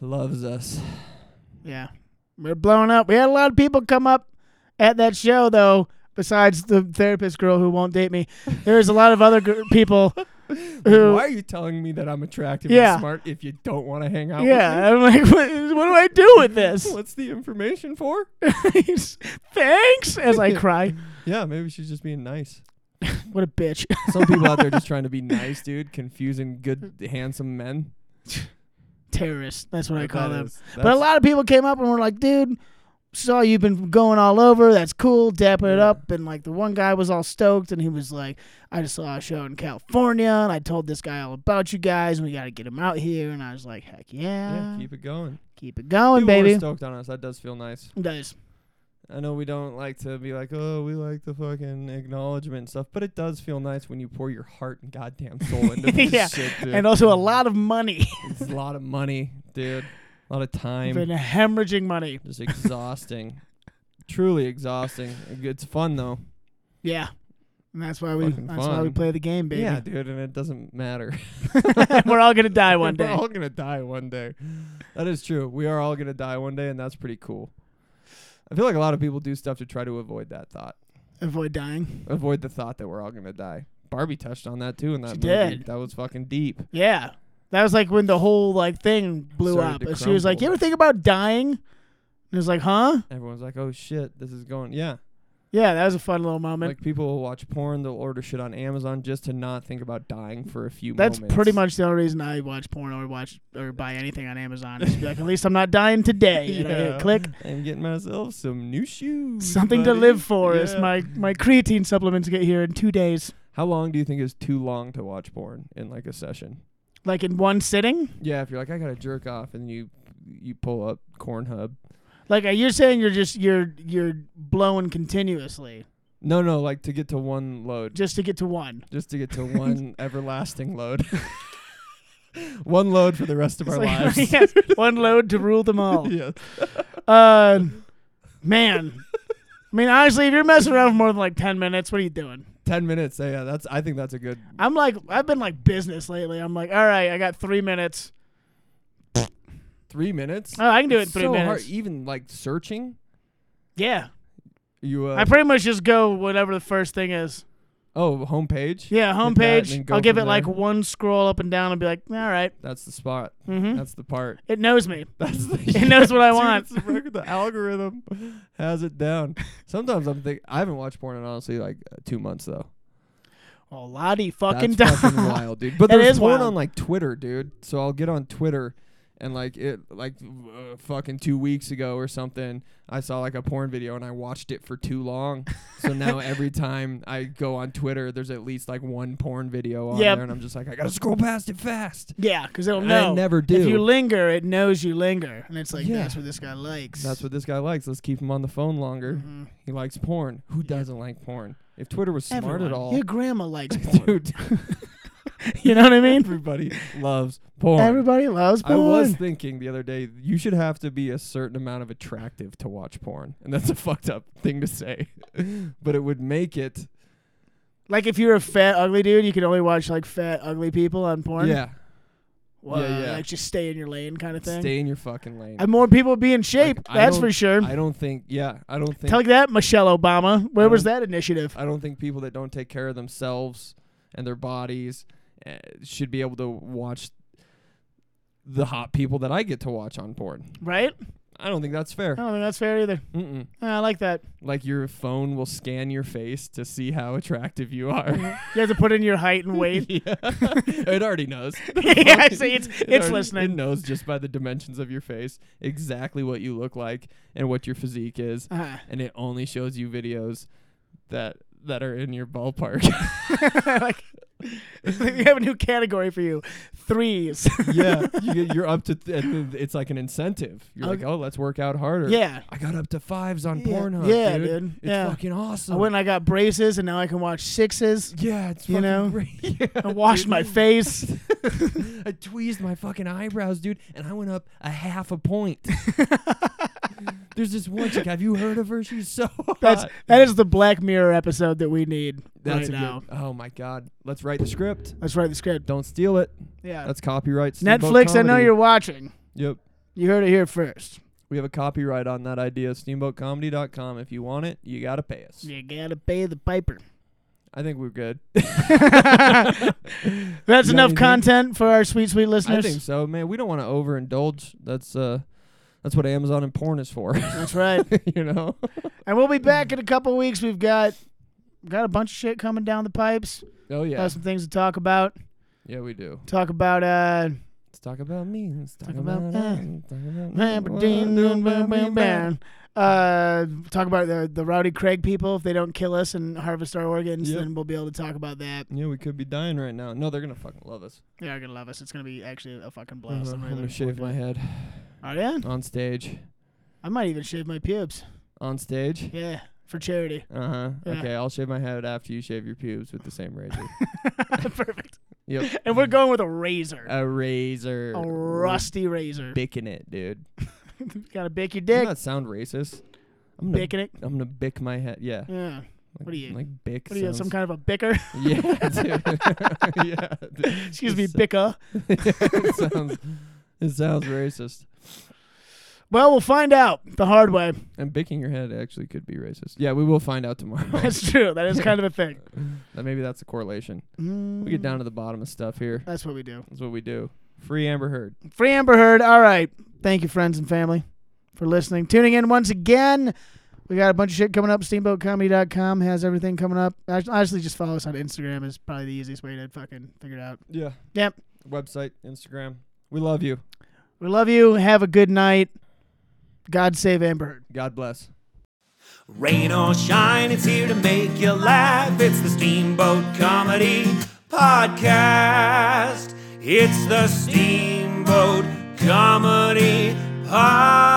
[SPEAKER 2] loves us.
[SPEAKER 3] Yeah. We're blowing up. We had a lot of people come up at that show, though, besides the therapist girl who won't date me. There was a lot of other gr- people who.
[SPEAKER 2] Why are you telling me that I'm attractive
[SPEAKER 3] Yeah.
[SPEAKER 2] and smart if you don't want to hang out with me?
[SPEAKER 3] Yeah, I'm like, what, what do I do with this?
[SPEAKER 2] What's the information for?
[SPEAKER 3] Thanks, as I cry.
[SPEAKER 2] Yeah, maybe she's just being nice.
[SPEAKER 3] What a bitch.
[SPEAKER 2] Some people out there just trying to be nice, dude, confusing good, handsome men.
[SPEAKER 3] Terrorist. That's what I
[SPEAKER 2] That
[SPEAKER 3] call them.
[SPEAKER 2] is-
[SPEAKER 3] But a
[SPEAKER 2] that's-
[SPEAKER 3] lot of people came up and were like, dude, saw you've been going all over. That's cool. Dapping it
[SPEAKER 2] Yeah.
[SPEAKER 3] up. And like the one guy was all stoked and he was like, I just saw a show in California and I told this guy all about you guys and we got to get him out here. And I was like, heck yeah.
[SPEAKER 2] Yeah,
[SPEAKER 3] keep,
[SPEAKER 2] keep it going.
[SPEAKER 3] it going,
[SPEAKER 2] People were
[SPEAKER 3] uh, baby.
[SPEAKER 2] stoked on us. That does feel nice.
[SPEAKER 3] Nice.
[SPEAKER 2] I know we don't like to be like, oh, we like the fucking acknowledgement and stuff, but it does feel nice when you pour your heart and goddamn soul into this
[SPEAKER 3] Yeah,
[SPEAKER 2] shit, dude.
[SPEAKER 3] and also a lot of money.
[SPEAKER 2] it's a lot of money, dude. A lot of
[SPEAKER 3] I've
[SPEAKER 2] time.
[SPEAKER 3] been hemorrhaging money.
[SPEAKER 2] Just exhausting. Truly exhausting. It's fun though.
[SPEAKER 3] Yeah, and that's why we
[SPEAKER 2] Fucking
[SPEAKER 3] that's why we
[SPEAKER 2] fun.
[SPEAKER 3] play the game, baby.
[SPEAKER 2] Yeah, dude, and it doesn't matter.
[SPEAKER 3] We're all gonna die one
[SPEAKER 2] We're
[SPEAKER 3] day.
[SPEAKER 2] all gonna die one day. That is true. We are all gonna die one day, and that's pretty cool. I feel like a lot of people do stuff to try to avoid that thought,
[SPEAKER 3] Avoid dying.
[SPEAKER 2] avoid the thought that we're all gonna die. Barbie touched on that too in that
[SPEAKER 3] She
[SPEAKER 2] movie.
[SPEAKER 3] did.
[SPEAKER 2] That was fucking deep.
[SPEAKER 3] Yeah, that was like when the whole like thing blew
[SPEAKER 2] Started
[SPEAKER 3] up.
[SPEAKER 2] to
[SPEAKER 3] And she was like, "You
[SPEAKER 2] crumble.
[SPEAKER 3] ever think about dying?" And it was like, "Huh?"
[SPEAKER 2] Everyone's like, "Oh shit, this is going." Yeah,
[SPEAKER 3] Yeah, that was a fun little moment.
[SPEAKER 2] like people will watch porn, they'll order shit on Amazon just to not think about dying for a few.
[SPEAKER 3] That's
[SPEAKER 2] moments.
[SPEAKER 3] pretty much the only reason I watch porn or watch or buy anything on Amazon. Is to be like, at least I'm not dying today. And I hit
[SPEAKER 2] Yeah.
[SPEAKER 3] click
[SPEAKER 2] I'm getting myself some new shoes.
[SPEAKER 3] something to
[SPEAKER 2] buddy.
[SPEAKER 3] live for. Is
[SPEAKER 2] Yeah.
[SPEAKER 3] my my creatine supplements get here in two days,
[SPEAKER 2] How long do you think is too long to watch porn in like a session?
[SPEAKER 3] like in one sitting?
[SPEAKER 2] Yeah, if you're like I gotta jerk off and you you pull up Cornhub.
[SPEAKER 3] Like uh, you're saying, you're just you're you're blowing continuously
[SPEAKER 2] No, no, like to get to one load,
[SPEAKER 3] just to get to one.
[SPEAKER 2] just to get to one everlasting load. one load for the rest of
[SPEAKER 3] It's
[SPEAKER 2] our
[SPEAKER 3] like-
[SPEAKER 2] lives.
[SPEAKER 3] yes, one load to rule them all.
[SPEAKER 2] Yes.
[SPEAKER 3] Uh, man. I mean, honestly, if you're messing around for more than like ten minutes, what are you doing?
[SPEAKER 2] Ten minutes. so yeah, that's. I think that's a good.
[SPEAKER 3] I'm like, I've been like business lately. I'm like, all right, I got three minutes.
[SPEAKER 2] Three minutes.
[SPEAKER 3] Oh, I can do it in
[SPEAKER 2] It's
[SPEAKER 3] three
[SPEAKER 2] so hard,
[SPEAKER 3] minutes.
[SPEAKER 2] Even like searching.
[SPEAKER 3] Yeah,
[SPEAKER 2] You. Uh,
[SPEAKER 3] I pretty much just go whatever the first thing is.
[SPEAKER 2] oh, homepage.
[SPEAKER 3] Yeah,
[SPEAKER 2] Hit that and then
[SPEAKER 3] homepage.
[SPEAKER 2] go
[SPEAKER 3] I'll give it
[SPEAKER 2] from
[SPEAKER 3] like
[SPEAKER 2] there.
[SPEAKER 3] one scroll up and down and be like, all right,
[SPEAKER 2] That's the spot.
[SPEAKER 3] mm-hmm.
[SPEAKER 2] That's the part.
[SPEAKER 3] it knows me.
[SPEAKER 2] That's the.
[SPEAKER 3] It knows what I
[SPEAKER 2] Dude,
[SPEAKER 3] want.
[SPEAKER 2] it's the record- the algorithm has it down. Sometimes I'm think I haven't watched porn in honestly like uh, two months though.
[SPEAKER 3] Oh, Lottie fucking
[SPEAKER 2] That's
[SPEAKER 3] dog.
[SPEAKER 2] fucking wild, dude. But
[SPEAKER 3] That
[SPEAKER 2] there's
[SPEAKER 3] is
[SPEAKER 2] porn
[SPEAKER 3] wild.
[SPEAKER 2] on like Twitter, dude. So I'll get on Twitter and like it like uh, fucking two weeks ago or something. I saw like a porn video and I watched it for too long. so now every time I go on Twitter, there's at least like one porn video on
[SPEAKER 3] Yep.
[SPEAKER 2] there, and I'm just like, I gotta scroll past it fast.
[SPEAKER 3] Yeah, because it'll
[SPEAKER 2] And I
[SPEAKER 3] know.
[SPEAKER 2] never do.
[SPEAKER 3] If you linger, it knows you linger, and it's like
[SPEAKER 2] Yeah.
[SPEAKER 3] that's what this guy likes.
[SPEAKER 2] That's what this guy likes. Let's keep him on the phone longer.
[SPEAKER 3] Mhm.
[SPEAKER 2] He likes porn. Who doesn't like porn? If Twitter was smart
[SPEAKER 3] Everyone.
[SPEAKER 2] at all,
[SPEAKER 3] Your grandma likes porn.
[SPEAKER 2] dude,
[SPEAKER 3] You know what I mean?
[SPEAKER 2] everybody loves porn.
[SPEAKER 3] Everybody loves
[SPEAKER 2] I
[SPEAKER 3] porn.
[SPEAKER 2] was thinking the other day, you should have to be a certain amount of attractive to watch porn, and that's a fucked up thing to say, but it would make it.
[SPEAKER 3] like if you're a fat ugly dude, you can only watch like fat ugly people on porn.
[SPEAKER 2] Yeah,
[SPEAKER 3] Wow,
[SPEAKER 2] yeah, yeah.
[SPEAKER 3] Like just stay in your lane kind of thing.
[SPEAKER 2] stay in your fucking lane.
[SPEAKER 3] and more people be in shape.
[SPEAKER 2] Like, I
[SPEAKER 3] that's
[SPEAKER 2] don't-
[SPEAKER 3] for sure.
[SPEAKER 2] I don't think. Yeah, I don't think.
[SPEAKER 3] Tell that Michelle Obama. Where
[SPEAKER 2] I
[SPEAKER 3] was that initiative?
[SPEAKER 2] I don't think people that don't take care of themselves and their bodies uh, should be able to watch the hot people that I get to watch on porn.
[SPEAKER 3] Right?
[SPEAKER 2] I don't think that's
[SPEAKER 3] I
[SPEAKER 2] fair.
[SPEAKER 3] don't think that's fair either. Ah,
[SPEAKER 2] Mm-mm.
[SPEAKER 3] I like that.
[SPEAKER 2] Like your phone will scan your face to see how attractive you are.
[SPEAKER 3] You have to put in your height and weight.
[SPEAKER 2] Yeah. it already knows.
[SPEAKER 3] yeah, see,
[SPEAKER 2] It
[SPEAKER 3] it's it's
[SPEAKER 2] already- It
[SPEAKER 3] listening.
[SPEAKER 2] knows just by the dimensions of your face exactly what you look like and what your physique is,
[SPEAKER 3] Uh-huh.
[SPEAKER 2] and it only shows you videos that that are in your ballpark.
[SPEAKER 3] like, we have a new category for you. Threes.
[SPEAKER 2] yeah, you, you're up to. Th- and th- it's like an incentive. You're like,
[SPEAKER 3] Okay.
[SPEAKER 2] oh, let's work out harder.
[SPEAKER 3] Uh, yeah.
[SPEAKER 2] I got up to fives on
[SPEAKER 3] Yeah.
[SPEAKER 2] Pornhub.
[SPEAKER 3] Yeah,
[SPEAKER 2] dude.
[SPEAKER 3] dude.
[SPEAKER 2] It's
[SPEAKER 3] Yeah.
[SPEAKER 2] fucking awesome.
[SPEAKER 3] I went and I got braces and now I can watch sixes.
[SPEAKER 2] yeah, it's
[SPEAKER 3] You
[SPEAKER 2] fucking
[SPEAKER 3] know?
[SPEAKER 2] great. Yeah,
[SPEAKER 3] I washed
[SPEAKER 2] dude.
[SPEAKER 3] my face.
[SPEAKER 2] I tweezed my fucking eyebrows, dude, and I went up a half a point. There's this one chick. Have you heard of her? She's so hot.
[SPEAKER 3] That's that is the Black Mirror episode that we need
[SPEAKER 2] That's
[SPEAKER 3] right
[SPEAKER 2] a
[SPEAKER 3] now.
[SPEAKER 2] good. Oh my god. Let's write the script.
[SPEAKER 3] Let's write the script.
[SPEAKER 2] Don't steal it.
[SPEAKER 3] Yeah.
[SPEAKER 2] That's copyright. Steamboat
[SPEAKER 3] Netflix, I know
[SPEAKER 2] Comedy.
[SPEAKER 3] you're watching.
[SPEAKER 2] Yep.
[SPEAKER 3] You heard it here first.
[SPEAKER 2] We have a copyright on that idea. Steamboatcomedy.com. If you want it, you gotta pay us.
[SPEAKER 3] You gotta pay the piper.
[SPEAKER 2] I think we're good.
[SPEAKER 3] That's
[SPEAKER 2] You got
[SPEAKER 3] enough
[SPEAKER 2] anything?
[SPEAKER 3] content for our sweet, sweet
[SPEAKER 2] I
[SPEAKER 3] listeners.
[SPEAKER 2] think so, man. We don't want to overindulge. That's uh, that's what Amazon and porn is for.
[SPEAKER 3] That's right.
[SPEAKER 2] you know.
[SPEAKER 3] and we'll be back in a couple weeks. We've got got a bunch of shit coming down the pipes.
[SPEAKER 2] Oh yeah.
[SPEAKER 3] Got some things to talk about.
[SPEAKER 2] yeah, we do.
[SPEAKER 3] Talk about uh
[SPEAKER 2] Let's talk about me. Let's talk,
[SPEAKER 3] Talk
[SPEAKER 2] about,
[SPEAKER 3] about
[SPEAKER 2] us.
[SPEAKER 3] that.
[SPEAKER 2] Talk about
[SPEAKER 3] uh, talk about the the Rowdy Craig people if they don't kill us and harvest our organs,
[SPEAKER 2] Yep.
[SPEAKER 3] then we'll be able to talk about that.
[SPEAKER 2] Yeah, we could be dying right now. No, they're gonna fucking love us.
[SPEAKER 3] They are gonna love us. It's gonna be actually a fucking
[SPEAKER 2] Uh-huh.
[SPEAKER 3] blast.
[SPEAKER 2] I'm
[SPEAKER 3] I'm really
[SPEAKER 2] gonna
[SPEAKER 3] looking
[SPEAKER 2] shave
[SPEAKER 3] forward to
[SPEAKER 2] my
[SPEAKER 3] it.
[SPEAKER 2] head
[SPEAKER 3] Are ya?
[SPEAKER 2] on stage.
[SPEAKER 3] I might even shave my pubes.
[SPEAKER 2] on stage?
[SPEAKER 3] Yeah, for charity.
[SPEAKER 2] Uh huh.
[SPEAKER 3] Yeah.
[SPEAKER 2] Okay, I'll shave my head after you shave your pubes with the same razor.
[SPEAKER 3] Perfect.
[SPEAKER 2] yep.
[SPEAKER 3] And we're going with a razor,
[SPEAKER 2] A razor.
[SPEAKER 3] a
[SPEAKER 2] We're
[SPEAKER 3] rusty razor.
[SPEAKER 2] Bicking it, dude.
[SPEAKER 3] Gotta bick your
[SPEAKER 2] Doesn't
[SPEAKER 3] dick,
[SPEAKER 2] that sound racist? I'm gonna,
[SPEAKER 3] bicking it.
[SPEAKER 2] I'm gonna bick my head. Yeah.
[SPEAKER 3] Yeah.
[SPEAKER 2] Like,
[SPEAKER 3] What are you-
[SPEAKER 2] Like bick.
[SPEAKER 3] What are you,
[SPEAKER 2] sounds-
[SPEAKER 3] some kind of a bicker?
[SPEAKER 2] Yeah, dude. yeah. dude.
[SPEAKER 3] Excuse
[SPEAKER 2] It
[SPEAKER 3] me,
[SPEAKER 2] so-
[SPEAKER 3] bicker.
[SPEAKER 2] it sounds. It sounds racist.
[SPEAKER 3] Well, we'll find out the hard way.
[SPEAKER 2] And bicking your head actually could be racist. Yeah, we will find out tomorrow.
[SPEAKER 3] That's true. That is kind of a thing. Mm.
[SPEAKER 2] That maybe that's a correlation. We get down to the bottom of stuff here.
[SPEAKER 3] That's what we do.
[SPEAKER 2] That's what we do. Free Amber Heard.
[SPEAKER 3] Free Amber Heard. All right. Thank you, friends and family, for listening. Tuning in once again. We got a bunch of shit coming up. SteamboatComedy.com has everything coming up. Act- Honestly, just follow us on Instagram is probably the easiest way to fucking figure it out.
[SPEAKER 2] Yeah.
[SPEAKER 3] Yep.
[SPEAKER 2] Website, Instagram. We love you.
[SPEAKER 3] We love you. Have a good night. God save Amber Heard.
[SPEAKER 2] God bless.
[SPEAKER 1] Rain or shine, it's here to make you laugh. It's the Steamboat Comedy Podcast. It's the Steamboat Comedy Podcast.